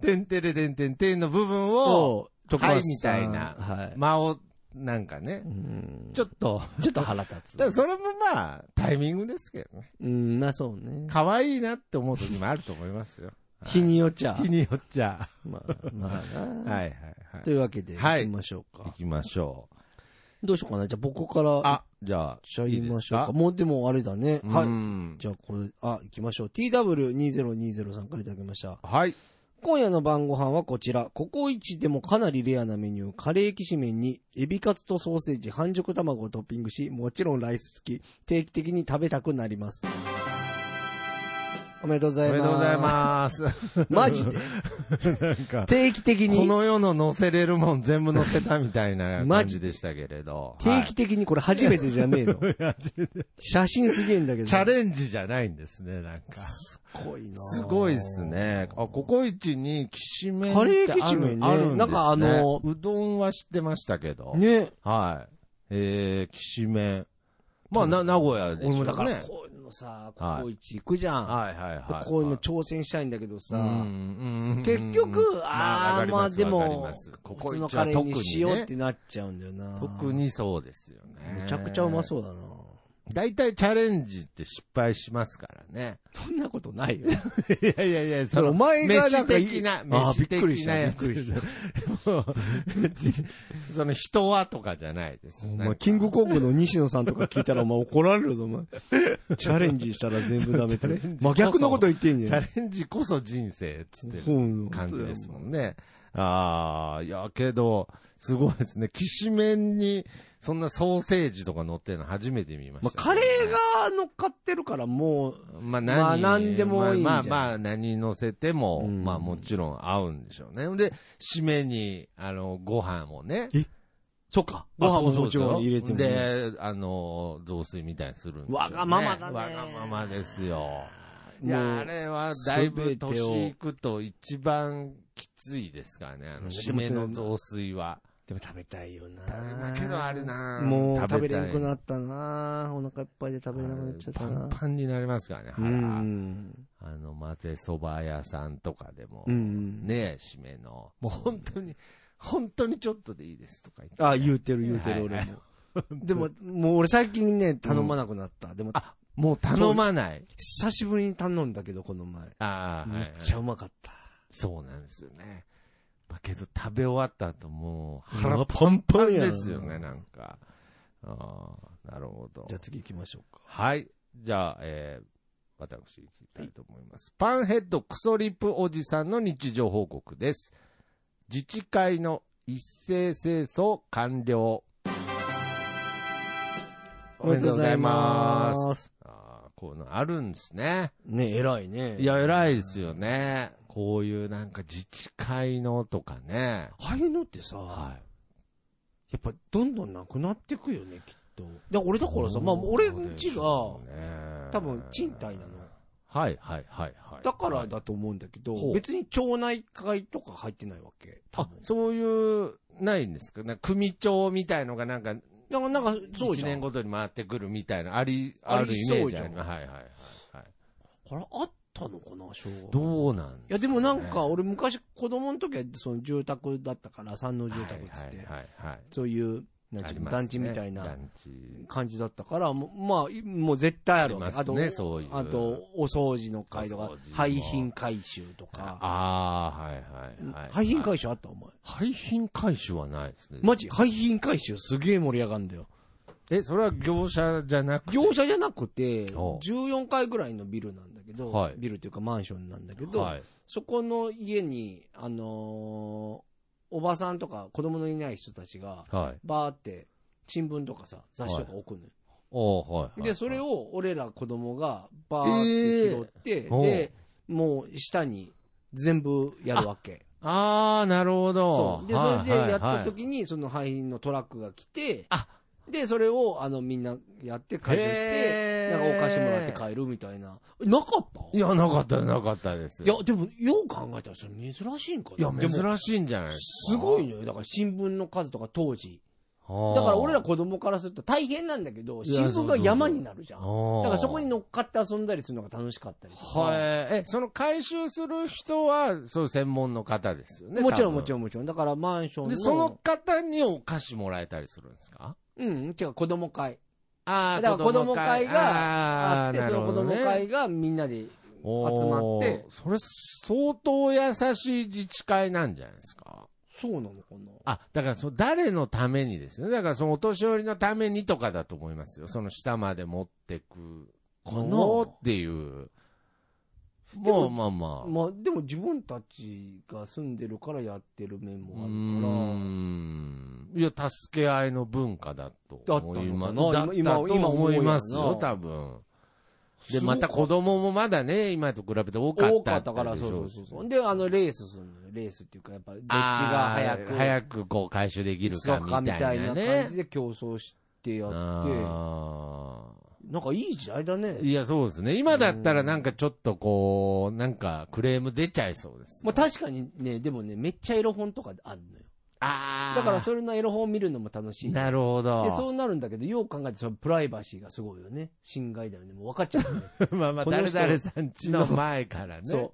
[SPEAKER 2] てんてれてんてんてんの部分を、
[SPEAKER 3] そう、徳松さん
[SPEAKER 2] はいみたいな
[SPEAKER 3] はい。
[SPEAKER 2] 間を、なんかね
[SPEAKER 3] う、ん
[SPEAKER 2] ちょっと、
[SPEAKER 3] ちょっと腹立つ。
[SPEAKER 2] だからそれもまあ、タイミングですけどね。
[SPEAKER 3] うん、まあそうね。
[SPEAKER 2] 可愛いなって思う時もあると思いますよ。
[SPEAKER 3] 日によっちゃ。
[SPEAKER 2] 日によっちゃ。
[SPEAKER 3] まあ、 まあな。
[SPEAKER 2] はいはい
[SPEAKER 3] というわけで、
[SPEAKER 2] はい
[SPEAKER 3] 行きましょうか。
[SPEAKER 2] はい。行きましょう。
[SPEAKER 3] どうしようかな。じゃあ僕から行っ
[SPEAKER 2] あ、じゃ
[SPEAKER 3] ち
[SPEAKER 2] あ、
[SPEAKER 3] ゃ
[SPEAKER 2] いい
[SPEAKER 3] い
[SPEAKER 2] で
[SPEAKER 3] ますしょうか。
[SPEAKER 2] か。
[SPEAKER 3] もうでもあれだね。は
[SPEAKER 2] う
[SPEAKER 3] い。
[SPEAKER 2] ん
[SPEAKER 3] じゃあこれ、あ、行きましょう。TW2020 さんからいただきました。
[SPEAKER 2] はい。
[SPEAKER 3] 今夜の晩ご飯はこちら。ココイチでもかなりレアなメニュー。カレーきしめんに、エビカツとソーセージ、半熟卵をトッピングし、もちろんライス付き。定期的に食べたくなります。おめでとうご
[SPEAKER 2] お
[SPEAKER 3] ざい
[SPEAKER 2] め
[SPEAKER 3] ます。
[SPEAKER 2] でとうございます。
[SPEAKER 3] す。マジで
[SPEAKER 2] なんか、
[SPEAKER 3] 定期的
[SPEAKER 2] こ
[SPEAKER 3] に、
[SPEAKER 2] の世の乗せれるもん全部乗せたみたいな感じでしたけれど。
[SPEAKER 3] 定期的にこれ初めてじゃねえの。
[SPEAKER 2] はい初めて
[SPEAKER 3] 写真すげえんだけど。
[SPEAKER 2] チャレンジじゃないんですね、なんか。
[SPEAKER 3] 濃いな
[SPEAKER 2] すごいですね。あ、ココイチにきしめんってあ
[SPEAKER 3] カ
[SPEAKER 2] る
[SPEAKER 3] レーきしめんね
[SPEAKER 2] あるんですね。
[SPEAKER 3] なんかあの
[SPEAKER 2] うどんは知ってましたけど。
[SPEAKER 3] ね。
[SPEAKER 2] はい。えー、きしめん。まあ、な、名古屋でしょう
[SPEAKER 3] 俺
[SPEAKER 2] ね。
[SPEAKER 3] もだから、こういうのさ、ココイチ行くじゃん。
[SPEAKER 2] はいはいはい。
[SPEAKER 3] こういうの挑戦したいんだけどさ。
[SPEAKER 2] うん
[SPEAKER 3] 結局、あー、まあでも、
[SPEAKER 2] こ
[SPEAKER 3] 普
[SPEAKER 2] こ
[SPEAKER 3] 通の
[SPEAKER 2] 一
[SPEAKER 3] カ
[SPEAKER 2] は
[SPEAKER 3] レー
[SPEAKER 2] 特
[SPEAKER 3] にし
[SPEAKER 2] に
[SPEAKER 3] ようっ
[SPEAKER 2] ね
[SPEAKER 3] て、なっちゃうんだよな。
[SPEAKER 2] 特。にそうですよね。
[SPEAKER 3] むちゃくちゃうま
[SPEAKER 2] う。
[SPEAKER 3] そうだな。
[SPEAKER 2] 大体チャレンジって失敗しますからね。
[SPEAKER 3] そんなことないよ。
[SPEAKER 2] いやいやいや、
[SPEAKER 3] それお前がなんか、
[SPEAKER 2] 飯的な、
[SPEAKER 3] あーび
[SPEAKER 2] 飯
[SPEAKER 3] っくり
[SPEAKER 2] 的
[SPEAKER 3] し
[SPEAKER 2] な
[SPEAKER 3] た、び
[SPEAKER 2] や
[SPEAKER 3] っく
[SPEAKER 2] つ
[SPEAKER 3] りし
[SPEAKER 2] じゃ
[SPEAKER 3] た。
[SPEAKER 2] もうじその人はとかじゃないです。
[SPEAKER 3] お
[SPEAKER 2] なん
[SPEAKER 3] 前、
[SPEAKER 2] か
[SPEAKER 3] キングコングの西野さんとか聞いたら、お前怒られるぞ、 お前。チャレンジしたら全部ダメって
[SPEAKER 2] チャレンジこ。そ
[SPEAKER 3] 真逆のこと言ってん
[SPEAKER 2] チ
[SPEAKER 3] じゃん。
[SPEAKER 2] ャレンジこそ人生っつってる
[SPEAKER 3] 本
[SPEAKER 2] 感じですも
[SPEAKER 3] ね。
[SPEAKER 2] んね。ああ、いや、けど、すごいですね。きしめんに、そんなソーセージとか乗ってるの初めて見ま
[SPEAKER 3] ま
[SPEAKER 2] し
[SPEAKER 3] あ、
[SPEAKER 2] た
[SPEAKER 3] カ
[SPEAKER 2] ね、
[SPEAKER 3] レーが乗っかってるから、もう、
[SPEAKER 2] まあ何、
[SPEAKER 3] まあ何でもいいんじゃん
[SPEAKER 2] まあまあまあ何乗せても、
[SPEAKER 3] うん
[SPEAKER 2] まあもちろん合うんでしょうね。で、締めに、あの、ご飯もね。
[SPEAKER 3] そっか、ご飯ももちろん入れてもね。
[SPEAKER 2] で、あの、雑炊みたいにするんですよ、ね。
[SPEAKER 3] わがままだね
[SPEAKER 2] わがままですよ。い
[SPEAKER 3] も
[SPEAKER 2] や、
[SPEAKER 3] う
[SPEAKER 2] あれはだいぶ
[SPEAKER 3] 全てを
[SPEAKER 2] 年いくと一番きついですからね、あ
[SPEAKER 3] うん
[SPEAKER 2] の、締めの雑炊は。
[SPEAKER 3] でも食べたいよな。
[SPEAKER 2] だけどあれな
[SPEAKER 3] もう食べれ
[SPEAKER 2] た
[SPEAKER 3] な
[SPEAKER 2] い
[SPEAKER 3] くなったなお腹いっぱいで食べれなくなっちゃった
[SPEAKER 2] パン
[SPEAKER 3] な
[SPEAKER 2] パンになりますからね、
[SPEAKER 3] う
[SPEAKER 2] 腹。
[SPEAKER 3] ん。
[SPEAKER 2] あの、混ぜそば屋さんとかでも。
[SPEAKER 3] うん。。
[SPEAKER 2] ねえ、締めの。もう本当に、本当にちょっとでいいですとか言って。
[SPEAKER 3] あ、言うてる言うてる
[SPEAKER 2] はいは
[SPEAKER 3] 俺
[SPEAKER 2] い
[SPEAKER 3] も。でも、もう俺最近ね、頼まなくなった。でも、
[SPEAKER 2] もう頼まない。
[SPEAKER 3] 久しぶりに頼んだけど、この前。
[SPEAKER 2] ああ、は
[SPEAKER 3] め
[SPEAKER 2] い
[SPEAKER 3] っ
[SPEAKER 2] はい
[SPEAKER 3] ちゃうまかった。
[SPEAKER 2] そうなんですよね。まあ、けど食べ終わった後もう
[SPEAKER 3] う
[SPEAKER 2] 腹
[SPEAKER 3] わ
[SPEAKER 2] パンパン
[SPEAKER 3] やな
[SPEAKER 2] ですよね、なんか。ああ、なるほど
[SPEAKER 3] じゃ。あ次行きましょうか。
[SPEAKER 2] はい。じゃあ、えー、私行きたいと思います。パンヘッドクソリップおじさんの日常報告です。自治会の一斉清掃完了。おめでとうございます。
[SPEAKER 3] す。
[SPEAKER 2] ああ、こういうのあるんですね。
[SPEAKER 3] ね、偉いね。
[SPEAKER 2] いや、偉いですよね。こういうなんか自治会のとかね。
[SPEAKER 3] ああいうのってさ、
[SPEAKER 2] はい。
[SPEAKER 3] やっぱどんどんなくなってくよね、きっと。で俺だからさ、まあ俺んちが、
[SPEAKER 2] 多
[SPEAKER 3] 多分賃貸なの。
[SPEAKER 2] はいはいはいはい。
[SPEAKER 3] だからだと思うんだけど、
[SPEAKER 2] ほう
[SPEAKER 3] 別に町内会とか入ってないわけ。多
[SPEAKER 2] あ
[SPEAKER 3] 分、
[SPEAKER 2] そういう、ないんですかなんか組長みたいのがなんか、
[SPEAKER 3] だからなんか、そう
[SPEAKER 2] 一
[SPEAKER 3] じゃん。だ
[SPEAKER 2] 年ごとに回ってくるみたいな、あり、
[SPEAKER 3] あ
[SPEAKER 2] あ
[SPEAKER 3] り
[SPEAKER 2] るイメージあります。はいはいはいはい。
[SPEAKER 3] からあったのかな、小学校
[SPEAKER 2] どうなん
[SPEAKER 3] いやでもなんか、
[SPEAKER 2] ね
[SPEAKER 3] 俺昔子供の時はその住宅だったから、山王住宅っつって、
[SPEAKER 2] はいはいはい
[SPEAKER 3] そういう、なん
[SPEAKER 2] はい
[SPEAKER 3] てい
[SPEAKER 2] あり
[SPEAKER 3] うの
[SPEAKER 2] ますね。
[SPEAKER 3] 団地みたいな
[SPEAKER 2] 団地。
[SPEAKER 3] 感じだったから、もうまあ、いもう絶対あ
[SPEAKER 2] あ
[SPEAKER 3] る
[SPEAKER 2] り
[SPEAKER 3] わ
[SPEAKER 2] ま
[SPEAKER 3] け。あ
[SPEAKER 2] す
[SPEAKER 3] と、
[SPEAKER 2] ね、そういう。
[SPEAKER 3] あと、、お掃除の会と
[SPEAKER 2] お
[SPEAKER 3] か
[SPEAKER 2] 掃除も、
[SPEAKER 3] 廃品回収とか。
[SPEAKER 2] ああ、はいはいはい。
[SPEAKER 3] 廃品回収あったお前。
[SPEAKER 2] 廃品回収はないですね。
[SPEAKER 3] マジ廃品回収すげえ盛り上がるんだよ。
[SPEAKER 2] え、それは業者じゃなくて。
[SPEAKER 3] 業者じゃなくて、
[SPEAKER 2] お
[SPEAKER 3] 14階ぐらいのビルなんだけど、
[SPEAKER 2] はい
[SPEAKER 3] ビルっていうかマンションなんだけど、
[SPEAKER 2] はい。
[SPEAKER 3] そこの家に、あのーおばさんとか子供のいない人たちが、
[SPEAKER 2] はい。
[SPEAKER 3] バーって、新聞とかさ、雑誌とか置くのよ。
[SPEAKER 2] おーはい。
[SPEAKER 3] で、それ
[SPEAKER 2] を、
[SPEAKER 3] を俺ら子供がバーって拾って、
[SPEAKER 2] えー
[SPEAKER 3] で、もう下に全部やるわけ。
[SPEAKER 2] ああ、なるほ
[SPEAKER 3] そ
[SPEAKER 2] ど。
[SPEAKER 3] う。で、
[SPEAKER 2] はい
[SPEAKER 3] それでやった
[SPEAKER 2] はい
[SPEAKER 3] 時に、その廃品のトラックが来て、
[SPEAKER 2] あ
[SPEAKER 3] で、それを、あの、みんなやって回収して、
[SPEAKER 2] へ
[SPEAKER 3] なんか
[SPEAKER 2] ー
[SPEAKER 3] お菓子もらって帰るみたいな。なかった
[SPEAKER 2] いや、なかった、なかったです。
[SPEAKER 3] いや、でも、よう考えたらそれ珍しいんか
[SPEAKER 2] いや、
[SPEAKER 3] な。でも
[SPEAKER 2] 珍しいんじゃないですか。
[SPEAKER 3] すごいのよ。だから新聞の数とか当時。
[SPEAKER 2] はあ。
[SPEAKER 3] だから俺ら子供からすると大変なんだけど、
[SPEAKER 2] い
[SPEAKER 3] 新
[SPEAKER 2] や
[SPEAKER 3] 聞が山になるじゃん。だ
[SPEAKER 2] だ
[SPEAKER 3] からそこに乗っかって遊んだりするのが楽しかったりとか。
[SPEAKER 2] はい。え、その回収する人は、そう、専門の方ですよね。
[SPEAKER 3] もちろんもち
[SPEAKER 2] ん。
[SPEAKER 3] ろんもちろん。だからマンションの。
[SPEAKER 2] で、その方にお菓子もらえたりするんですか
[SPEAKER 3] うん、違う、子供会。
[SPEAKER 2] あ
[SPEAKER 3] だから子供会
[SPEAKER 2] が
[SPEAKER 3] あって、その子供会がみんなで、集まって
[SPEAKER 2] それ、相当優しい自治会なんじゃないですか。
[SPEAKER 3] そうなのかな。
[SPEAKER 2] あ、だから、その誰のためにですよね。だから、そのお年寄りのためにとかだと思いますよ。その下まで持ってく。
[SPEAKER 3] かな
[SPEAKER 2] のっていう。
[SPEAKER 3] で
[SPEAKER 2] も
[SPEAKER 3] も
[SPEAKER 2] う、まあまあ。
[SPEAKER 3] まあ、でも自分たちが住んでるからやってる面も
[SPEAKER 2] うー
[SPEAKER 3] あ
[SPEAKER 2] ん。いや、助け合いの文化だと思いま
[SPEAKER 3] だったのかな
[SPEAKER 2] だ
[SPEAKER 3] 今
[SPEAKER 2] だと
[SPEAKER 3] 今思
[SPEAKER 2] 思
[SPEAKER 3] うよ
[SPEAKER 2] い
[SPEAKER 3] な
[SPEAKER 2] ますよ、多分。
[SPEAKER 3] る
[SPEAKER 2] で、
[SPEAKER 3] から。
[SPEAKER 2] また子供もまだね、今と比べて多かった
[SPEAKER 3] 多かったから、
[SPEAKER 2] で
[SPEAKER 3] そう
[SPEAKER 2] し
[SPEAKER 3] そ
[SPEAKER 2] ょ
[SPEAKER 3] う
[SPEAKER 2] う
[SPEAKER 3] そう
[SPEAKER 2] し
[SPEAKER 3] そう。で、あの、レースするのよ。レースっていうか、やっぱ、どっちが早く、
[SPEAKER 2] あー早くこう回収できるか
[SPEAKER 3] そうか
[SPEAKER 2] み
[SPEAKER 3] み
[SPEAKER 2] た
[SPEAKER 3] た
[SPEAKER 2] い
[SPEAKER 3] い
[SPEAKER 2] な
[SPEAKER 3] な
[SPEAKER 2] ね。
[SPEAKER 3] 感じで競争してやって、
[SPEAKER 2] あ
[SPEAKER 3] なんかいい時代だ
[SPEAKER 2] ー
[SPEAKER 3] ね。
[SPEAKER 2] いや、そうですね。今だったらなんかちょっとこう、なんかクレーム出ちゃいそうです。
[SPEAKER 3] まあ確かにね、でもね、めっちゃエロ本とかあるのよ。
[SPEAKER 2] あー
[SPEAKER 3] だからそれのエロ本を見るのも楽しい。で、
[SPEAKER 2] なるほ
[SPEAKER 3] そ
[SPEAKER 2] ど。
[SPEAKER 3] うなるんだけど、よう考えて、そのプライバシーがすごいよね。侵害だよね。もう分かっちゃうよ ね。
[SPEAKER 2] まあまあ、
[SPEAKER 3] この
[SPEAKER 2] 誰
[SPEAKER 3] 人
[SPEAKER 2] 々さんちの前からね。
[SPEAKER 3] そう。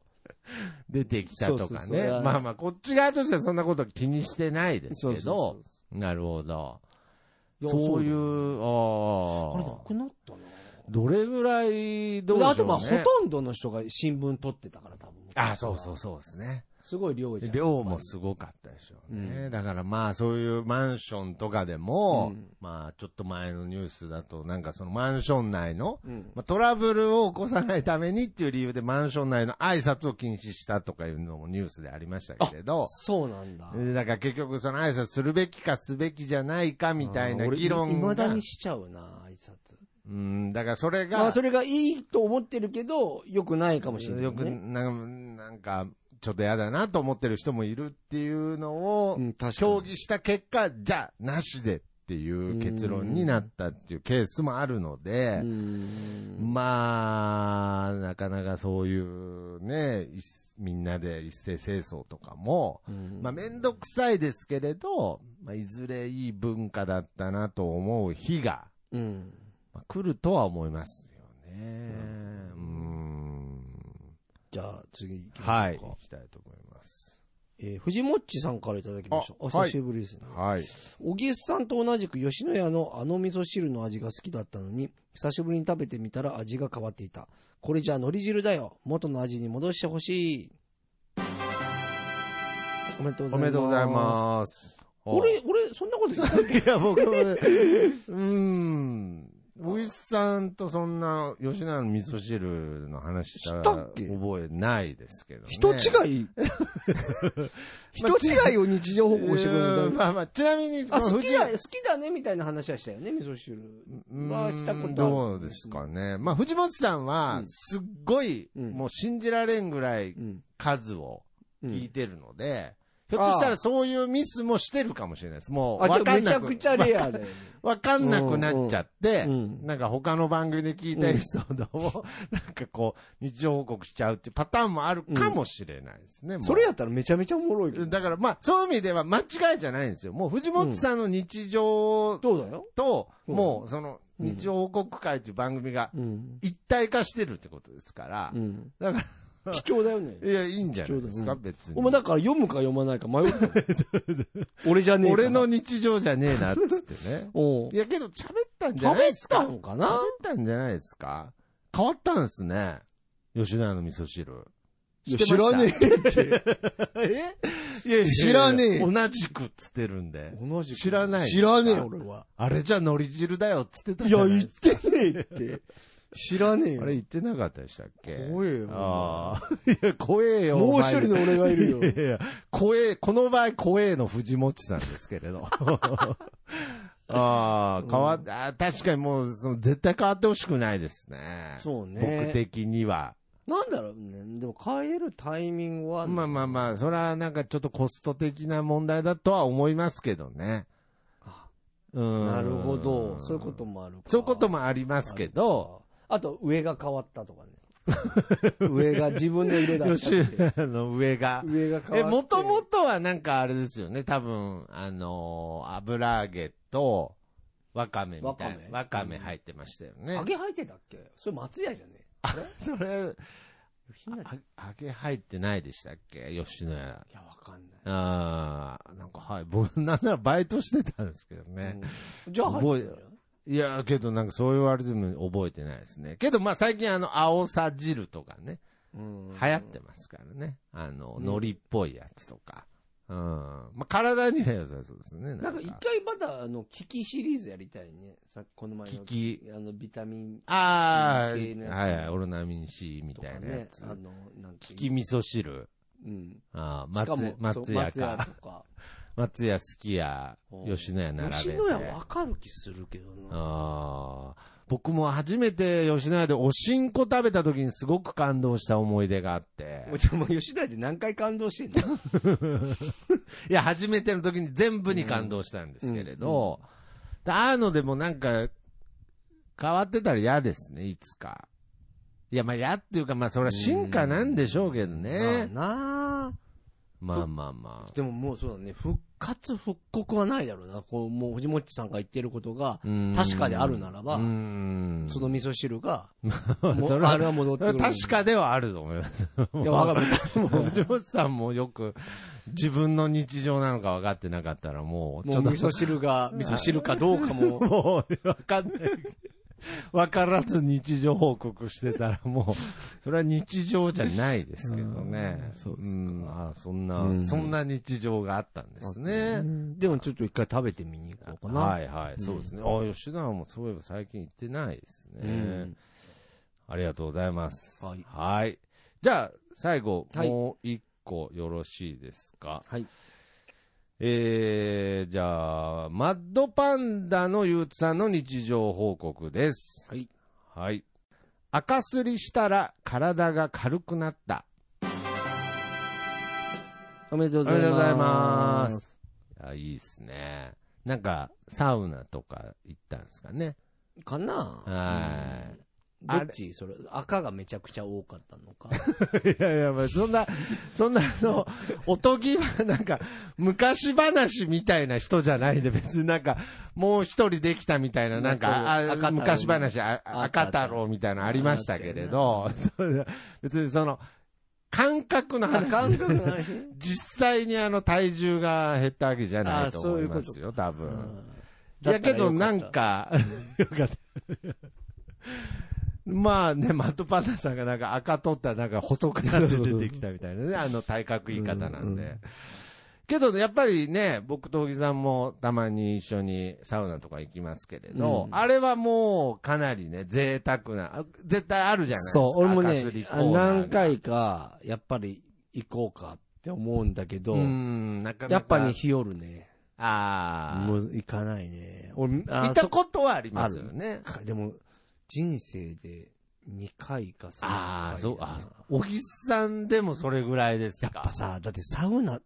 [SPEAKER 2] 出てきたと
[SPEAKER 3] そう
[SPEAKER 2] か
[SPEAKER 3] そう
[SPEAKER 2] ね。
[SPEAKER 3] そう
[SPEAKER 2] まあまあ、こっち側としてはそんなこと気にしてないですけ
[SPEAKER 3] そ
[SPEAKER 2] ど
[SPEAKER 3] う。
[SPEAKER 2] なるほど。
[SPEAKER 3] や
[SPEAKER 2] そういう、
[SPEAKER 3] あれな
[SPEAKER 2] ああ。
[SPEAKER 3] くなったな。
[SPEAKER 2] どれぐらい、どうでしょう、ね。
[SPEAKER 3] あとまあ、ほとんどの人が新聞取ってたから、多分。
[SPEAKER 2] あ、そうそうそうですね。
[SPEAKER 3] すごい量じゃん。
[SPEAKER 2] 量もすごかったでしょうね。
[SPEAKER 3] うん
[SPEAKER 2] だからまあ、そういうマンションとかでも、
[SPEAKER 3] うん
[SPEAKER 2] まあ、ちょっと前のニュースだと、なんかそのマンション内の、
[SPEAKER 3] うん。
[SPEAKER 2] まあ、トラブルを起こさないためにっていう理由でマンション内の挨拶を禁止したとかいうのもニュースでありましたけれど。
[SPEAKER 3] そうなんだ。
[SPEAKER 2] えーだから結局その挨拶するべきかすべきじゃないかみたい
[SPEAKER 3] あー
[SPEAKER 2] な
[SPEAKER 3] 俺
[SPEAKER 2] 議論が。
[SPEAKER 3] いまだにしちゃうな、挨拶。
[SPEAKER 2] うん、だからそれが、
[SPEAKER 3] まあ、それがいいと思ってるけど、良くないかもしれない、ね。
[SPEAKER 2] よくなんか、なんか、ちょっとやだなと思ってる人もいるっていうのを、
[SPEAKER 3] うん、確かに
[SPEAKER 2] 協議した結果、じゃなしでっていう結論になったっていうケースもあるので、
[SPEAKER 3] うん
[SPEAKER 2] まあ、なかなかそういうね、いみんなで一斉清掃とかも、
[SPEAKER 3] うん
[SPEAKER 2] まあ、めんどくさいですけれど、まあ、いずれいい文化だったなと思う日が、
[SPEAKER 3] うん。
[SPEAKER 2] まあ、来るとは思いますよね。うーん。
[SPEAKER 3] じゃあ、次行きましょうか。
[SPEAKER 2] はい。行きたいと思います。
[SPEAKER 3] えー、藤もっちさんからいただきました。
[SPEAKER 2] あ
[SPEAKER 3] お久しぶりですね。
[SPEAKER 2] はい。
[SPEAKER 3] 小木さんと同じく吉野家のあの味噌汁の味が好きだったのに、久しぶりに食べてみたら味が変わっていた。これじゃ海苔汁だよ。元の味に戻してほしい。おめでとうござ
[SPEAKER 2] お
[SPEAKER 3] います。
[SPEAKER 2] めでとうございます。
[SPEAKER 3] 俺、俺、そんなこと言った
[SPEAKER 2] いや、僕も、うーん。小石さんとそんな、吉永の味噌汁の話した
[SPEAKER 3] したっけ
[SPEAKER 2] 覚えないですけどね。
[SPEAKER 3] 人違い、 人違いを日常報告してくれる
[SPEAKER 2] うん
[SPEAKER 3] んだ。
[SPEAKER 2] まあまあ、ちなみに、
[SPEAKER 3] あ、好きだ、
[SPEAKER 2] 藤
[SPEAKER 3] 好きだね、みたいな話はしたよね、味噌汁。
[SPEAKER 2] うん
[SPEAKER 3] はしたことある
[SPEAKER 2] どうですかね。まあ、藤本さん
[SPEAKER 3] う
[SPEAKER 2] は、
[SPEAKER 3] ん
[SPEAKER 2] すっごい、
[SPEAKER 3] うん
[SPEAKER 2] もう信じられんぐらい
[SPEAKER 3] うん。
[SPEAKER 2] 数を
[SPEAKER 3] う
[SPEAKER 2] 聞い
[SPEAKER 3] ん、
[SPEAKER 2] てるので、ひょっとしたらそういうミスもしてるかもしれないです。もう、
[SPEAKER 3] あ、じゃ
[SPEAKER 2] わ
[SPEAKER 3] あ
[SPEAKER 2] か
[SPEAKER 3] め
[SPEAKER 2] ん
[SPEAKER 3] ち
[SPEAKER 2] な
[SPEAKER 3] ゃ
[SPEAKER 2] く
[SPEAKER 3] くちゃレアだよね。
[SPEAKER 2] わかんなくなっちゃって、
[SPEAKER 3] うん
[SPEAKER 2] なんか他の番組で聞いたエピソードを、 なんかこう、日常報告しちゃうっていうパターンもあるかもしれないですね、もう
[SPEAKER 3] それやったらめちゃめちゃおもろいけど。
[SPEAKER 2] だからまあ、そういう意味では間違いじゃないんですよ。もう藤本さんの日常
[SPEAKER 3] どうだよ
[SPEAKER 2] と、
[SPEAKER 3] うん
[SPEAKER 2] もうその日常報告会という番組が
[SPEAKER 3] うん。
[SPEAKER 2] 一体化してるってことですから
[SPEAKER 3] う、ん。
[SPEAKER 2] だか
[SPEAKER 3] 貴重だ よね。
[SPEAKER 2] ら、いや、いいんじゃないですか、
[SPEAKER 3] う
[SPEAKER 2] 別に。
[SPEAKER 3] お前だから読むか読まないか迷ったもん俺じゃねえか
[SPEAKER 2] 俺
[SPEAKER 3] ら。。
[SPEAKER 2] の日常じゃねえな、っつってね
[SPEAKER 3] おう
[SPEAKER 2] いや、けど喋ったんじゃ
[SPEAKER 3] 食
[SPEAKER 2] ない
[SPEAKER 3] べ
[SPEAKER 2] ですか
[SPEAKER 3] た。のかな
[SPEAKER 2] 食べたんじゃないですか変わったんですね。吉田屋の味噌汁。
[SPEAKER 3] いや
[SPEAKER 2] 知ってまし
[SPEAKER 3] えって。
[SPEAKER 2] えいやいやいや
[SPEAKER 3] 知らねえ
[SPEAKER 2] 同じくっつってるんで。
[SPEAKER 3] 同じく
[SPEAKER 2] 知らない
[SPEAKER 3] 知らねえ、俺は。
[SPEAKER 2] あれじゃ海苔汁だよっつってた
[SPEAKER 3] い
[SPEAKER 2] じゃ
[SPEAKER 3] や、
[SPEAKER 2] ない
[SPEAKER 3] 言
[SPEAKER 2] で
[SPEAKER 3] っ
[SPEAKER 2] す
[SPEAKER 3] てねえって。知らねえよ。
[SPEAKER 2] か。あれ言ってなかったでしたっけ
[SPEAKER 3] 怖えよ
[SPEAKER 2] ああ。いや、怖えよ。
[SPEAKER 3] もう
[SPEAKER 2] お
[SPEAKER 3] 一
[SPEAKER 2] 前
[SPEAKER 3] 人の俺がいるよ。
[SPEAKER 2] いやいや、怖え、この場合怖えの藤持さんですけれど。 ああ、変わっ、あー確かにもう、その、絶対変わってほしくないですね。
[SPEAKER 3] そう
[SPEAKER 2] 僕
[SPEAKER 3] ね。
[SPEAKER 2] 的には。
[SPEAKER 3] なんだろうね。でも変えるタイミングは。
[SPEAKER 2] まあまあまあ、それはなんかちょっとコスト的な問題だとは思いますけどね。
[SPEAKER 3] あ
[SPEAKER 2] うん
[SPEAKER 3] なるほど。そういうこともあるか。
[SPEAKER 2] そういうこと
[SPEAKER 3] も
[SPEAKER 2] もありますけど、。
[SPEAKER 3] あと、上が変わったとかね。 上が自分の色出し
[SPEAKER 2] 吉
[SPEAKER 3] たって。
[SPEAKER 2] 野の 上が。
[SPEAKER 3] 上が変わって。
[SPEAKER 2] え、もともとはなんかあれですよね、多分、あのー油揚げと、わかめみたいな。
[SPEAKER 3] わ
[SPEAKER 2] わ
[SPEAKER 3] か
[SPEAKER 2] か
[SPEAKER 3] め
[SPEAKER 2] め入ってましたよね
[SPEAKER 3] 揚。げ入ってたっけそれ松屋じゃねあれ
[SPEAKER 2] それ、
[SPEAKER 3] ひなり
[SPEAKER 2] あ揚げ入ってないでしたっけ吉野家。
[SPEAKER 3] いや、わかんない。
[SPEAKER 2] ああ、なんかはい。僕、なんならバイトしてたんですけどね。
[SPEAKER 3] うんじゃあ入ってんじゃん
[SPEAKER 2] いやー、けどなんかそう言われても覚えてないですね。けどまあ最近あの、青さ汁とかね、
[SPEAKER 3] うん
[SPEAKER 2] 流行ってますからね。あの、
[SPEAKER 3] うん
[SPEAKER 2] 海苔っぽいやつとか。うん。まあ体には良さそうですね。
[SPEAKER 3] な
[SPEAKER 2] な
[SPEAKER 3] ん
[SPEAKER 2] ん
[SPEAKER 3] か
[SPEAKER 2] か。
[SPEAKER 3] 一回また、あの、キキシリーズやりたいね。さこの前の。
[SPEAKER 2] キキ
[SPEAKER 3] あの、ビタミン
[SPEAKER 2] ああ、
[SPEAKER 3] 系のやつ
[SPEAKER 2] はいはい、オロナミン C み
[SPEAKER 3] と
[SPEAKER 2] た
[SPEAKER 3] か
[SPEAKER 2] いなや
[SPEAKER 3] ね
[SPEAKER 2] つ。。
[SPEAKER 3] あの、なんか。
[SPEAKER 2] 利き味噌汁。
[SPEAKER 3] うん。
[SPEAKER 2] ああ、
[SPEAKER 3] しか
[SPEAKER 2] 松
[SPEAKER 3] も、そう
[SPEAKER 2] 松屋
[SPEAKER 3] 松屋
[SPEAKER 2] か。
[SPEAKER 3] とか。
[SPEAKER 2] 松屋、すき家
[SPEAKER 3] うん、
[SPEAKER 2] 吉野家 並べて。
[SPEAKER 3] 吉野家わかる気するけどな。
[SPEAKER 2] ああ。僕も初めて吉野家でおしんこ食べた時にすごく感動した思い出があって。
[SPEAKER 3] お茶も吉野家で何回感動してんだ
[SPEAKER 2] いや、初めての時に全部に感動したんですけれど、でああのでもなんか、変わってたら嫌ですね、いつか。いや、まあ嫌っていうか、まあそれは進化なんでしょうけどね。
[SPEAKER 3] まあなあ
[SPEAKER 2] まあまあまあ。
[SPEAKER 3] でももうそうだね、復活、復刻はないだろうな。こう、もう、藤本さんが言ってることが、
[SPEAKER 2] うん
[SPEAKER 3] 確かであるならば
[SPEAKER 2] うーん。
[SPEAKER 3] その味噌汁が、もう
[SPEAKER 2] それは
[SPEAKER 3] あれは戻ってくる。
[SPEAKER 2] 確かではあると思 います。
[SPEAKER 3] いや、わか る。
[SPEAKER 2] もう藤本さんもよく自分の日常なのか分かってなかったらもう、
[SPEAKER 3] もう味噌汁が、味噌汁かどうか も、
[SPEAKER 2] もう、わかんない。わからず日常報告してたらもう、それは日常じゃないですけどね。そううん、あそんな、
[SPEAKER 3] うん
[SPEAKER 2] そんな日常があったんですね。
[SPEAKER 3] でもちょっと一回食べてみに行こうかな。
[SPEAKER 2] はいはい、そうですね。あ吉田もそういえば最近行ってないですね。
[SPEAKER 3] うん
[SPEAKER 2] ありがとうございます。
[SPEAKER 3] はい
[SPEAKER 2] じゃあ、最後、
[SPEAKER 3] はい
[SPEAKER 2] もう一個よろしいですか。
[SPEAKER 3] はい。
[SPEAKER 2] えー、じゃあ、マッドパンダのゆうつさんの日常報告です。
[SPEAKER 3] はい。
[SPEAKER 2] はい。赤すりしたら体が軽くなった。
[SPEAKER 3] おめでとう
[SPEAKER 2] あ
[SPEAKER 3] ございます。。
[SPEAKER 2] す。あいいっすね。なんか、サウナとか行ったんですかね。
[SPEAKER 3] かな
[SPEAKER 2] は
[SPEAKER 3] うんどっちそれ、赤がめちゃくちゃ多かったのか。
[SPEAKER 2] い。いやいや、まあ、そんな、 そんな、あの、おとぎは、なんか、昔話みたいな人じゃないんで、別になんか、もう一人できたみたいな、なんか、
[SPEAKER 3] なんか
[SPEAKER 2] あ昔話、あ
[SPEAKER 3] 赤
[SPEAKER 2] 赤
[SPEAKER 3] 太郎
[SPEAKER 2] 太郎みたいなのありましたけれど、そう別にその、感覚の話
[SPEAKER 3] 感覚の話ね
[SPEAKER 2] 実際にあの体重が減ったわけじゃないと思いますよ、多
[SPEAKER 3] う
[SPEAKER 2] 分。
[SPEAKER 3] ん
[SPEAKER 2] いやけどなん
[SPEAKER 3] だったらよかっ
[SPEAKER 2] か、 よかった。まあね、マットパンダさんがなんか赤取ったらなんか細くなって出てきたみたいなね、あの体格言い方なん
[SPEAKER 3] うんう
[SPEAKER 2] で。けど、やっぱりね、僕と小木さんもたまに一緒にサウナとか行きますけれど、
[SPEAKER 3] うん
[SPEAKER 2] あれはもうかなりね、贅沢な、あ絶対あるじゃないですか。
[SPEAKER 3] そう、俺も
[SPEAKER 2] 赤すり
[SPEAKER 3] ね、
[SPEAKER 2] コー
[SPEAKER 3] あ
[SPEAKER 2] ナーが
[SPEAKER 3] 何回か、やっぱり行こうかって思うんだけど、
[SPEAKER 2] うん、なかなか。
[SPEAKER 3] やっぱね、日和るね。
[SPEAKER 2] あ
[SPEAKER 3] も
[SPEAKER 2] あ。
[SPEAKER 3] う行かないね。俺、あー
[SPEAKER 2] 行ったことはありますよね。
[SPEAKER 3] そっかでも、人生で2回か3回。
[SPEAKER 2] ああ、そう、あ小木さんでもそれぐらいですか。
[SPEAKER 3] やっぱさ、だってサウナ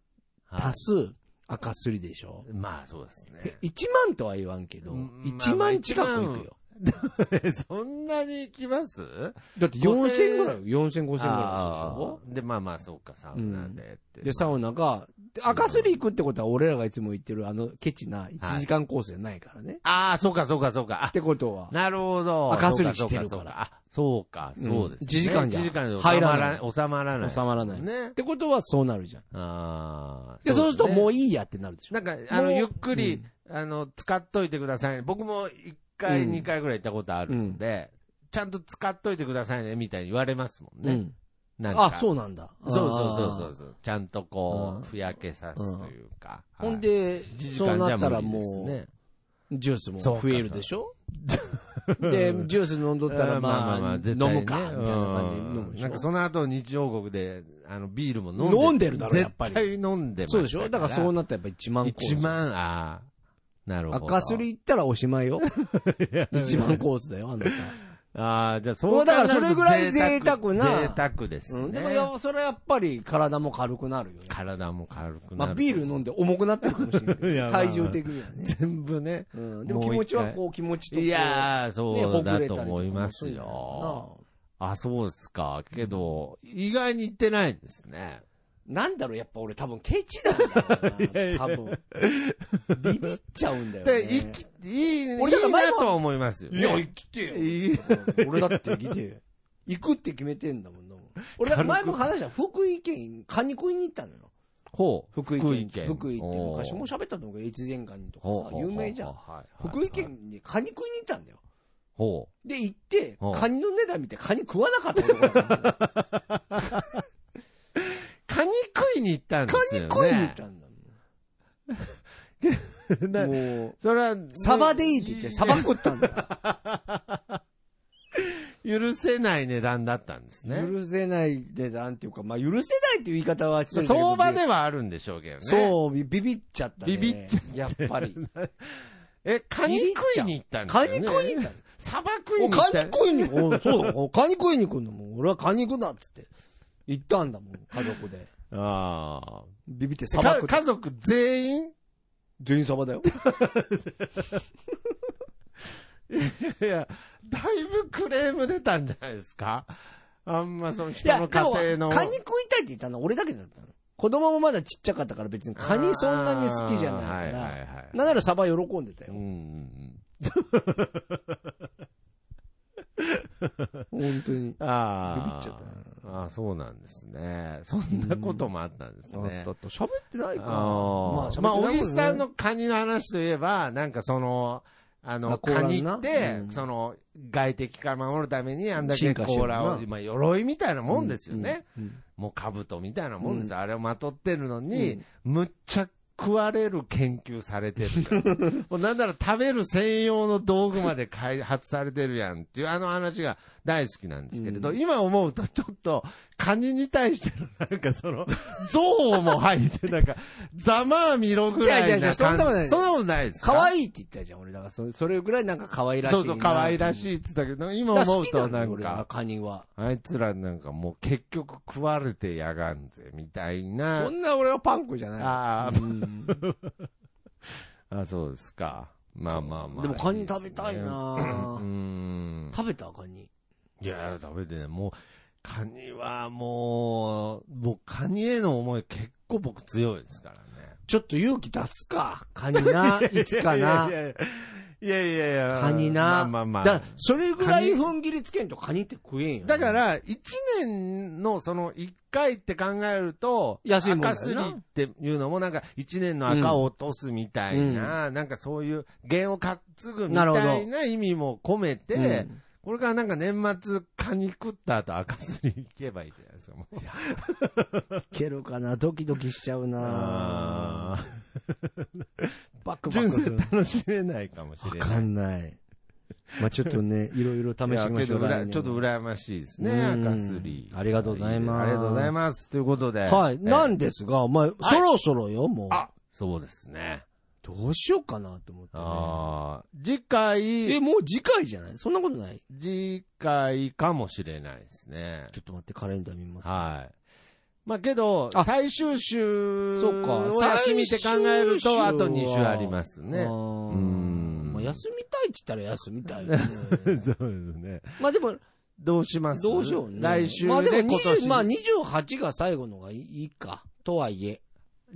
[SPEAKER 2] はい、
[SPEAKER 3] 足す赤すりでしょ。
[SPEAKER 2] まあそうです
[SPEAKER 3] え
[SPEAKER 2] ね。
[SPEAKER 3] 1万とは言わんけど、
[SPEAKER 2] うん
[SPEAKER 3] 1
[SPEAKER 2] まあまあ
[SPEAKER 3] 万近く行くよ。
[SPEAKER 2] そんなに行きます
[SPEAKER 3] だって4000ぐらいよ、4000、5000ぐらいするでし
[SPEAKER 2] あ
[SPEAKER 3] ょ。
[SPEAKER 2] ーで、まあまあ、そうか、サウナでって。
[SPEAKER 3] で、サウナが、で赤すり行くってことは俺らがいつも言ってるあのケチな1時間コースじゃないからね。
[SPEAKER 2] ああ、そうか、そうか、そう
[SPEAKER 3] っ
[SPEAKER 2] か。あ
[SPEAKER 3] てことは、
[SPEAKER 2] なるほど。
[SPEAKER 3] 赤すりしてるから
[SPEAKER 2] そうそうあ、そうか、そうですね。
[SPEAKER 3] うん一時間じゃ
[SPEAKER 2] 一時間で
[SPEAKER 3] 入
[SPEAKER 2] 収
[SPEAKER 3] らな
[SPEAKER 2] まら
[SPEAKER 3] い
[SPEAKER 2] ない。収まらない。
[SPEAKER 3] 収まらない
[SPEAKER 2] ね
[SPEAKER 3] っ。てことはそうなるじゃん。
[SPEAKER 2] ああ。
[SPEAKER 3] で、そうするとも
[SPEAKER 2] う
[SPEAKER 3] ういいやってなるでしょ。
[SPEAKER 2] なんか、あ
[SPEAKER 3] も
[SPEAKER 2] の、
[SPEAKER 3] う
[SPEAKER 2] ゆっくり、あの、使っといてください。僕も一回、
[SPEAKER 3] うん
[SPEAKER 2] 二回ぐらい行ったことあるんで、ちゃんと使っといてくださいね、みたいに言われますも
[SPEAKER 3] う
[SPEAKER 2] んね。
[SPEAKER 3] ん。
[SPEAKER 2] なんか
[SPEAKER 3] あ、そうなんだ。
[SPEAKER 2] そうそうそうそううそう。ちゃんとこ
[SPEAKER 3] うん
[SPEAKER 2] う、ふやけさすというか。
[SPEAKER 3] ほん
[SPEAKER 2] はい、
[SPEAKER 3] で、
[SPEAKER 2] 一時
[SPEAKER 3] そう
[SPEAKER 2] 間じ
[SPEAKER 3] な
[SPEAKER 2] ゃ
[SPEAKER 3] ったら
[SPEAKER 2] 無理です
[SPEAKER 3] も
[SPEAKER 2] ね
[SPEAKER 3] う、ジュースも増えるでしょで、ジュース飲んどった
[SPEAKER 2] う
[SPEAKER 3] ら、
[SPEAKER 2] ん
[SPEAKER 3] まあ、飲
[SPEAKER 2] 絶対ね
[SPEAKER 3] むか、みたいな感じで飲むで
[SPEAKER 2] うん
[SPEAKER 3] しょ。
[SPEAKER 2] なんかその後、日曜国で、あの、ビールも飲んで
[SPEAKER 3] 飲んでるだろやっぱり
[SPEAKER 2] 絶対飲んでました
[SPEAKER 3] そうでしょだからそうなったらやっぱ1万コース。
[SPEAKER 2] 1万、ああ、なるほど。
[SPEAKER 3] 赤すり行ったらおしまいよ。1万コースだよ、あんた。
[SPEAKER 2] ああ、じゃ
[SPEAKER 3] も
[SPEAKER 2] あそうう
[SPEAKER 3] だか
[SPEAKER 2] だからら
[SPEAKER 3] そ
[SPEAKER 2] そ
[SPEAKER 3] れぐ
[SPEAKER 2] れぐ
[SPEAKER 3] ら
[SPEAKER 2] ら
[SPEAKER 3] い贅
[SPEAKER 2] い贅
[SPEAKER 3] 沢
[SPEAKER 2] 沢
[SPEAKER 3] な
[SPEAKER 2] 贅沢です
[SPEAKER 3] うん、でも
[SPEAKER 2] ね。
[SPEAKER 3] や、それはやっぱり体も軽くなるよね。
[SPEAKER 2] 体も軽くなる。
[SPEAKER 3] まあ、ビール飲んで重くなってるかもしれないけ
[SPEAKER 2] い
[SPEAKER 3] ど、
[SPEAKER 2] やまあ
[SPEAKER 3] 体重的にはね。
[SPEAKER 2] 全部ね。
[SPEAKER 3] うん、でも気持ちはこう、気持ちとこう。
[SPEAKER 2] いやー、
[SPEAKER 3] ね
[SPEAKER 2] そうだと思いますよ。。あ、そうですか。けど、意外に行ってないんですね。
[SPEAKER 3] なんだろう、やっぱ俺多分ケチなんだろうな、多分。ビビっちゃうんだよ
[SPEAKER 2] で、
[SPEAKER 3] ね。
[SPEAKER 2] 行き、いい、いいな
[SPEAKER 3] 俺だから前も
[SPEAKER 2] とは思いますよね。
[SPEAKER 3] いや、生きてよ。
[SPEAKER 2] いい
[SPEAKER 3] 俺だって生きてよ。行くって決めてんだもんな。俺、だから前も話した、福井県、カニ食いに行ったのよ。
[SPEAKER 2] ほう。
[SPEAKER 3] 福井県。
[SPEAKER 2] 県。
[SPEAKER 3] 福井って
[SPEAKER 2] おー
[SPEAKER 3] 昔も喋ったと思うけど、越前カニとか
[SPEAKER 2] ほう
[SPEAKER 3] さ、
[SPEAKER 2] ほうほう
[SPEAKER 3] 有名じゃん。
[SPEAKER 2] はいはいはい
[SPEAKER 3] 福井県にカニ食いに行ったんだよ。
[SPEAKER 2] ほ
[SPEAKER 3] で、行って
[SPEAKER 2] ほ、う
[SPEAKER 3] カニの値段見てカニ食わなかった 男だったの
[SPEAKER 2] う。カニ食いに行ったんで
[SPEAKER 3] カ
[SPEAKER 2] す
[SPEAKER 3] ニ
[SPEAKER 2] よね。
[SPEAKER 3] 食いに行ったんだ
[SPEAKER 2] ん
[SPEAKER 3] もん。
[SPEAKER 2] だ。
[SPEAKER 3] もう、
[SPEAKER 2] それは、
[SPEAKER 3] サバでいいって言って、サバ食ったんだよ。
[SPEAKER 2] 許せない値段だったんですね。
[SPEAKER 3] 許せない値段っていうか、まあ、許せないっていう言い方は失礼だけど
[SPEAKER 2] 相場ではあるんでしょうけどね。
[SPEAKER 3] そう、ビビっちゃったね。
[SPEAKER 2] ビビっちゃ
[SPEAKER 3] やっぱり。
[SPEAKER 2] え、カニ食いに行ったんです
[SPEAKER 3] カ
[SPEAKER 2] よ、
[SPEAKER 3] ニ
[SPEAKER 2] ね。
[SPEAKER 3] 食いに行った
[SPEAKER 2] サバ食
[SPEAKER 3] の
[SPEAKER 2] いに行っ
[SPEAKER 3] カ
[SPEAKER 2] た
[SPEAKER 3] ニ。食いに行く。 そうだ、カニ食いに行くんだもん。俺はカニ行くなっつって。行ったんだもん、家族で。
[SPEAKER 2] あ
[SPEAKER 3] ビビって
[SPEAKER 2] あ。
[SPEAKER 3] 砂
[SPEAKER 2] か
[SPEAKER 3] 漠で。
[SPEAKER 2] 家族全員
[SPEAKER 3] 全員サバだよ。
[SPEAKER 2] いや、だいぶクレーム出たんじゃないですかあんまその人の家庭の。
[SPEAKER 3] カニ食いたいって言ったのは俺だけだったの。子供もまだちっちゃかったから別にカニそんなに好きじゃないから。
[SPEAKER 2] あーはいはいはい。
[SPEAKER 3] なんならサバ喜んでた
[SPEAKER 2] う
[SPEAKER 3] よ
[SPEAKER 2] んう。ん
[SPEAKER 3] 本当に。
[SPEAKER 2] うん。ああ。
[SPEAKER 3] ビビっちゃったな
[SPEAKER 2] ああ、そうなんですね。そんなこともあったんですね。
[SPEAKER 3] あったあった喋ってないか。
[SPEAKER 2] ああ。
[SPEAKER 3] ま
[SPEAKER 2] ま
[SPEAKER 3] あ喋
[SPEAKER 2] あ、
[SPEAKER 3] って
[SPEAKER 2] 小
[SPEAKER 3] ないもんね
[SPEAKER 2] 木さんのカニの話といえば、なんかその、あ
[SPEAKER 3] あ
[SPEAKER 2] の、
[SPEAKER 3] 甲羅
[SPEAKER 2] カ
[SPEAKER 3] な
[SPEAKER 2] ニって
[SPEAKER 3] う、ん
[SPEAKER 2] その、外敵から守るために、あんだ
[SPEAKER 3] 進
[SPEAKER 2] け
[SPEAKER 3] 化してる
[SPEAKER 2] 甲
[SPEAKER 3] な
[SPEAKER 2] 羅を、まあ、鎧みたいなもんですよね。
[SPEAKER 3] うん。うん
[SPEAKER 2] もう兜みたいなもんですよ。あれをまとってるの
[SPEAKER 3] う
[SPEAKER 2] に
[SPEAKER 3] ん、
[SPEAKER 2] むっちゃ食われる研究されて る。もうなんなら食べる専用の道具まで開発されてるやんっていう、あの話が大好きなんですけれど、
[SPEAKER 3] う
[SPEAKER 2] 今思うとちょっと、カニに対してのなんかその、憎悪も入って、なんか、ざまあみろぐらい
[SPEAKER 3] 違う違う違う
[SPEAKER 2] な
[SPEAKER 3] そんなことな
[SPEAKER 2] 感
[SPEAKER 3] い
[SPEAKER 2] じ。そんなことないですか。
[SPEAKER 3] 可
[SPEAKER 2] い
[SPEAKER 3] 愛いって言ったじゃん、俺。だからそ、それぐらいなんか可愛らしい
[SPEAKER 2] そ
[SPEAKER 3] な。
[SPEAKER 2] うそう、可愛ら
[SPEAKER 3] い。
[SPEAKER 2] しいって言ったけど、今
[SPEAKER 3] だから
[SPEAKER 2] 思
[SPEAKER 3] 好
[SPEAKER 2] う
[SPEAKER 3] きな
[SPEAKER 2] と
[SPEAKER 3] んだ
[SPEAKER 2] な
[SPEAKER 3] よ、
[SPEAKER 2] ん
[SPEAKER 3] 俺は
[SPEAKER 2] か、
[SPEAKER 3] カニは。
[SPEAKER 2] あいつらなんかもう結局食われてやがんぜ、みたいな。
[SPEAKER 3] そんな俺はパンクじゃない。
[SPEAKER 2] あ
[SPEAKER 3] う
[SPEAKER 2] ー
[SPEAKER 3] ん
[SPEAKER 2] あ、そうですか。まあまあまあ。
[SPEAKER 3] でもカニ
[SPEAKER 2] いいです
[SPEAKER 3] 食
[SPEAKER 2] ね
[SPEAKER 3] べたいな
[SPEAKER 2] う
[SPEAKER 3] ぁ
[SPEAKER 2] ーん。
[SPEAKER 3] 食べたカニ。
[SPEAKER 2] いや、食べてね、もう、カニはもう、もうカニへの思い結構僕強いですからね。
[SPEAKER 3] ちょっと勇気出すか。カニな。いつかな。
[SPEAKER 2] いやいやいやいや。
[SPEAKER 3] カニな。
[SPEAKER 2] まあまあまあ。
[SPEAKER 3] だそれぐらい
[SPEAKER 2] カニ
[SPEAKER 3] 踏ん切りつけんとカニって食えんよね。
[SPEAKER 2] だから、一年のその一回って考えると、
[SPEAKER 3] 安いもんだよ
[SPEAKER 2] 赤
[SPEAKER 3] な
[SPEAKER 2] すりっていうのもなんか一年の赤を落とすみたいな、なんかそういう弦を担ぐみ
[SPEAKER 3] なる
[SPEAKER 2] た
[SPEAKER 3] ほ
[SPEAKER 2] いな意味も込めて、
[SPEAKER 3] うん、
[SPEAKER 2] これからなんか年末、カニ食った後赤すり行けばいいじゃないですか、もう。
[SPEAKER 3] いけるかなドキドキしちゃうな
[SPEAKER 2] あ
[SPEAKER 3] バック
[SPEAKER 2] ー
[SPEAKER 3] バッ
[SPEAKER 2] 純
[SPEAKER 3] クす
[SPEAKER 2] 粋
[SPEAKER 3] る
[SPEAKER 2] に。楽しめないかもし
[SPEAKER 3] わ
[SPEAKER 2] れない。
[SPEAKER 3] かんない。まあちょっと ね、いろいろ試してみましょう。
[SPEAKER 2] いやけどうら
[SPEAKER 3] 来年は
[SPEAKER 2] ちょっと羨ましいですね、
[SPEAKER 3] うん
[SPEAKER 2] 赤すり。
[SPEAKER 3] ありがとうございます
[SPEAKER 2] ありがとうございます。ということで。
[SPEAKER 3] はい。なん
[SPEAKER 2] で
[SPEAKER 3] ですが、まあ、そろそろよ、もう。
[SPEAKER 2] あ、そうですね。
[SPEAKER 3] どうしようかなと思って、ね。
[SPEAKER 2] ああ、次
[SPEAKER 3] え、
[SPEAKER 2] 回、
[SPEAKER 3] もう次回じゃないそんなことない。
[SPEAKER 2] 次回かもしれないですね。
[SPEAKER 3] ちょっと待って、カレンダー見ます。
[SPEAKER 2] はい。まあけど
[SPEAKER 3] あ、
[SPEAKER 2] 最終週
[SPEAKER 3] そうか
[SPEAKER 2] を休みって考え
[SPEAKER 3] 最終
[SPEAKER 2] る
[SPEAKER 3] 週
[SPEAKER 2] と、
[SPEAKER 3] は
[SPEAKER 2] あと2週あります
[SPEAKER 3] あ
[SPEAKER 2] ね。
[SPEAKER 3] ー
[SPEAKER 2] ん
[SPEAKER 3] まあ、休みたいって言ったら休みたいよね、
[SPEAKER 2] そうね。
[SPEAKER 3] まあでも、
[SPEAKER 2] どうします
[SPEAKER 3] どうしようね。
[SPEAKER 2] 来週
[SPEAKER 3] まあ
[SPEAKER 2] で
[SPEAKER 3] でも
[SPEAKER 2] 今
[SPEAKER 3] 20
[SPEAKER 2] 年。
[SPEAKER 3] まあ28が最後のがいいか。とはいえ。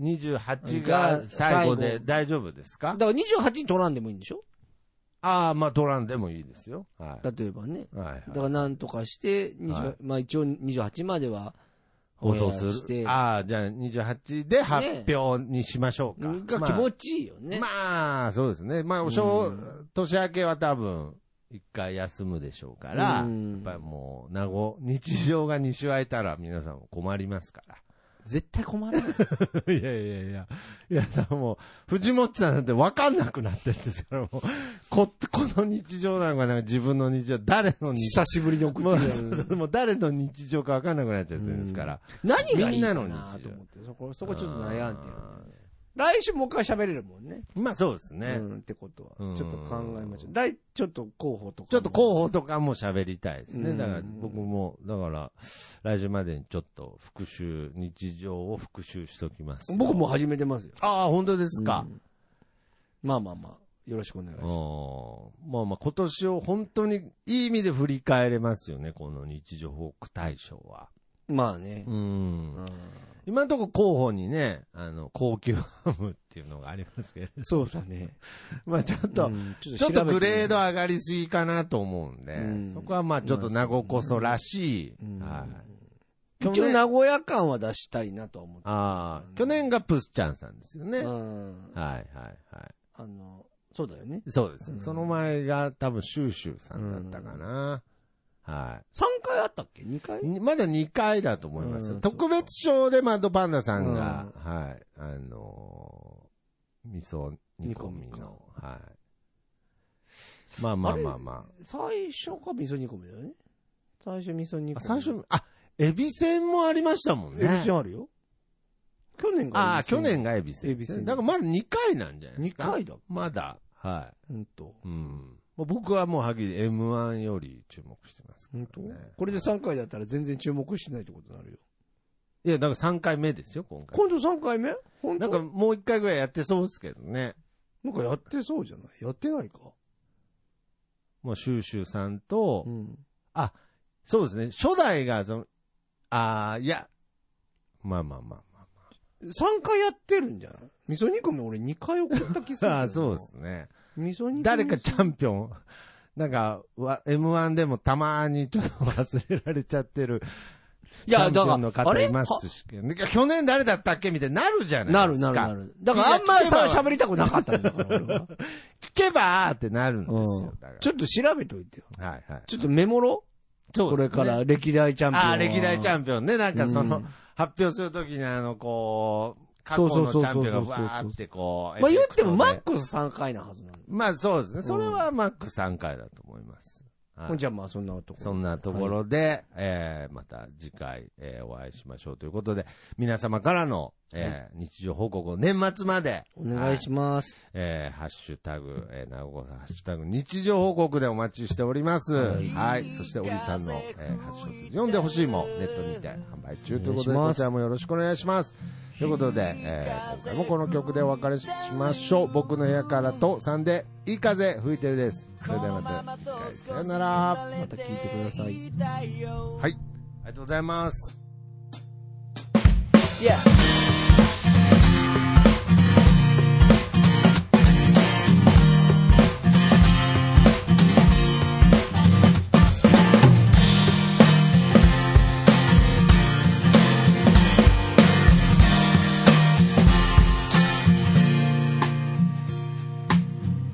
[SPEAKER 2] 28が最後
[SPEAKER 3] 最
[SPEAKER 2] で
[SPEAKER 3] 後
[SPEAKER 2] 大丈夫です
[SPEAKER 3] だ
[SPEAKER 2] か
[SPEAKER 3] から28に取らんでもいいんでしょ
[SPEAKER 2] ああ、まあ取らんでもいいですよ。は
[SPEAKER 3] 例えばね。
[SPEAKER 2] い。はいはい
[SPEAKER 3] だからなんとかして、20
[SPEAKER 2] はい
[SPEAKER 3] まあ一応28までは、
[SPEAKER 2] 放送
[SPEAKER 3] オンエアし
[SPEAKER 2] す
[SPEAKER 3] て
[SPEAKER 2] る。ああ、じゃあ28で発表にしましょうか。
[SPEAKER 3] が気持ちいいよね。
[SPEAKER 2] まあ、まあそうですね。まあ、お正、
[SPEAKER 3] うん
[SPEAKER 2] 年明けは多分、一回休むでしょうから、
[SPEAKER 3] うん
[SPEAKER 2] やっぱりもう、名護、日常が2週空いたら皆さんも困りますか
[SPEAKER 3] 絶対困らない。
[SPEAKER 2] ら。いやいやいや、いや、でもう、藤本さんなんて分かんなくなってるんですから、もう、こ、この日常なのか、なんか自分の日常、誰の日 常
[SPEAKER 3] 久しぶりに送
[SPEAKER 2] も
[SPEAKER 3] っ
[SPEAKER 2] う
[SPEAKER 3] てくれる。
[SPEAKER 2] もう誰の日常か分かんなくなっちゃってるんですから。
[SPEAKER 3] 何がいいか
[SPEAKER 2] みん
[SPEAKER 3] な
[SPEAKER 2] なの日
[SPEAKER 3] と
[SPEAKER 2] 常
[SPEAKER 3] 思って。そこ、そこちょっと悩んでる。来週もう一回喋れるもんね。
[SPEAKER 2] まあそうですね。
[SPEAKER 3] うん、ってこと
[SPEAKER 2] う
[SPEAKER 3] は。
[SPEAKER 2] ん
[SPEAKER 3] ちょっと考えましょう。だい、ちょっと候補とか。
[SPEAKER 2] ちょっと候補とかも喋りたいです
[SPEAKER 3] う
[SPEAKER 2] ね。
[SPEAKER 3] ん
[SPEAKER 2] だから僕も、だから、来週までにちょっと復習、日常を復習しときます。
[SPEAKER 3] 僕もう始めてますよ。
[SPEAKER 2] ああ、本当ですか。
[SPEAKER 3] うんまあまあまあ、よろしくお願いし
[SPEAKER 2] うん
[SPEAKER 3] ます。
[SPEAKER 2] まあまあ今年を本当にいい意味で振り返れますよね、この日常報告大賞は。
[SPEAKER 3] まあね
[SPEAKER 2] う。ん。
[SPEAKER 3] う
[SPEAKER 2] 今のところ候補にね、あの、高級ハムっていうのがありますけれど。
[SPEAKER 3] んそうだね。
[SPEAKER 2] まあちょっと、
[SPEAKER 3] うんち
[SPEAKER 2] ちょっとグレード
[SPEAKER 3] は
[SPEAKER 2] 上がりすぎかなと思うんで、
[SPEAKER 3] うん
[SPEAKER 2] そこはまあちょっと名護こそらしい。はい。
[SPEAKER 3] い。一応、名古屋感は出したいなとは思って。
[SPEAKER 2] ああ、去年がプスちゃんさんですよね。
[SPEAKER 3] う
[SPEAKER 2] はい
[SPEAKER 3] ん。
[SPEAKER 2] はいは
[SPEAKER 3] あの、そうだよね。
[SPEAKER 2] い。そうです。
[SPEAKER 3] うん
[SPEAKER 2] その前が多分シューシューさんだったかな。は
[SPEAKER 3] 3回あったっけ ?2 回
[SPEAKER 2] い。にまだ2回だと思いますよ
[SPEAKER 3] うん
[SPEAKER 2] 特別賞でマッドパンダさんが、はい、あのー、味噌煮込み
[SPEAKER 3] 煮込みか
[SPEAKER 2] の、はい。まあまあまあま
[SPEAKER 3] 最初か味噌煮込みだよね。最初味噌煮込み
[SPEAKER 2] あ。。あ最初、あ、エビせんもありましたもん
[SPEAKER 3] え、
[SPEAKER 2] ね
[SPEAKER 3] 別に。あるよ。去年が
[SPEAKER 2] ああ、去年がエビせん。
[SPEAKER 3] エビせん
[SPEAKER 2] だからまだ2回なんじゃないで
[SPEAKER 3] 2
[SPEAKER 2] すか。
[SPEAKER 3] 回だ。
[SPEAKER 2] まだ。はい。
[SPEAKER 3] うんと。
[SPEAKER 2] うん。まあ僕はもうはっきり M1 より注目してますから
[SPEAKER 3] 本
[SPEAKER 2] ね、
[SPEAKER 3] 当これで3回だったら全然注目してないってことになるよ。
[SPEAKER 2] いや、だから3回目ですよ、今回。
[SPEAKER 3] 今度3回目本
[SPEAKER 2] な
[SPEAKER 3] 当
[SPEAKER 2] んかもう1回ぐらいやってそうですけどね。
[SPEAKER 3] なんかやってそうじゃないやってないか。
[SPEAKER 2] もうシューシューさんと、
[SPEAKER 3] ん。
[SPEAKER 2] そうですね、初代が、その、ああ、いや、まあまあまあ
[SPEAKER 3] 3回やってるんじゃない味噌煮込み俺2回送った気す
[SPEAKER 2] ま
[SPEAKER 3] る。
[SPEAKER 2] あ。ああ、そうで。すね。
[SPEAKER 3] 味噌煮込み。
[SPEAKER 2] 誰かチャンピオン、なんか、わ M1 でもたまにちょっと忘れられちゃってる。
[SPEAKER 3] い
[SPEAKER 2] チャ
[SPEAKER 3] や、
[SPEAKER 2] ンピ
[SPEAKER 3] だ
[SPEAKER 2] オ
[SPEAKER 3] か
[SPEAKER 2] ンの
[SPEAKER 3] ら、あ
[SPEAKER 2] 方
[SPEAKER 3] れ
[SPEAKER 2] いますし。なんか去年誰だったっけみたいになるじゃな
[SPEAKER 3] ない
[SPEAKER 2] で
[SPEAKER 3] る
[SPEAKER 2] すか。
[SPEAKER 3] なるなる。だからあんまりさ、
[SPEAKER 2] いや聞けば
[SPEAKER 3] 喋りたくなかったんだから、俺は。
[SPEAKER 2] 聞けばーってなるんです
[SPEAKER 3] う
[SPEAKER 2] よ
[SPEAKER 3] ん。
[SPEAKER 2] だから
[SPEAKER 3] ちょっと調べといてよ。
[SPEAKER 2] はいはい。
[SPEAKER 3] ちょっとメモろ
[SPEAKER 2] そ
[SPEAKER 3] これから歴代チャンピオン。
[SPEAKER 2] ああ、歴代チャンピオンね。なんかその、
[SPEAKER 3] うん
[SPEAKER 2] 発表するときにあの、こう、過去のチャンピオンがわーってこう。
[SPEAKER 3] まあ言ってもマッ
[SPEAKER 2] ま、
[SPEAKER 3] クス3回なはずなの。
[SPEAKER 2] まあそうですね。それはマック3回だと思います。はい
[SPEAKER 3] ほんじゃまあそんなところ。
[SPEAKER 2] そんなところで、えーまた次回、えーお会いしましょうということで、皆様からの、えー日常報告を年末まで、
[SPEAKER 3] お願いします。
[SPEAKER 2] えーハッシュタグ、えー、なごこさん、ハッシュタグ、日常報告でお待ちしております。
[SPEAKER 3] はい
[SPEAKER 2] はい。そして、おりさんの、えー、初小説、読んでほしいも、ネットにて販売中ということ
[SPEAKER 3] お
[SPEAKER 2] で、
[SPEAKER 3] 願いします
[SPEAKER 2] こちらもよろしくお願いします。ということで、えー今回もこの曲でお別れしましょう。僕の部屋からと3で、いい風吹いてるです。それではまた次回、さよなら。は
[SPEAKER 3] また聞いてください。
[SPEAKER 2] い。ありがとうございます。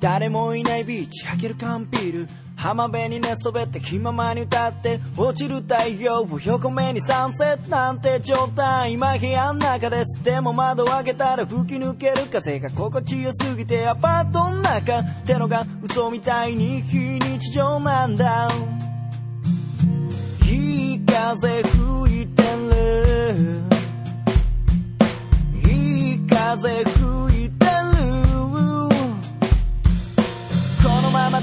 [SPEAKER 4] 誰もいないビーチ開ける缶ビール浜辺に寝そべって気ままに歌って落ちる太陽を横目にサンセットなんて状態今部屋の中ですでも窓を開けたら吹き抜ける風が心地よすぎてアパートの中ってのが嘘みたいに非日常なんだいい風吹いてるいい風吹いてるこのまま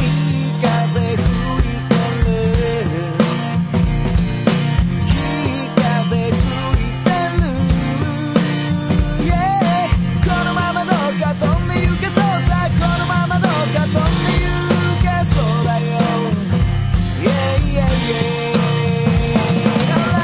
[SPEAKER 4] いい風吹いてるいい風吹いてる Yeah このままどうか飛んで行けそうさこのままどうか飛んで行けそうだよ Yeah yeah yeah Alright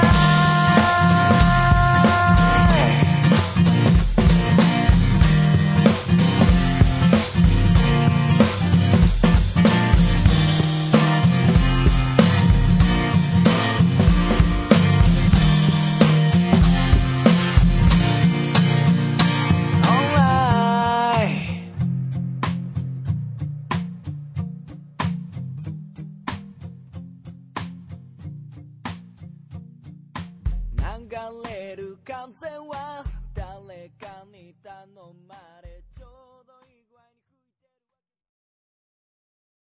[SPEAKER 4] オンライン流れる風は誰かに頼まれ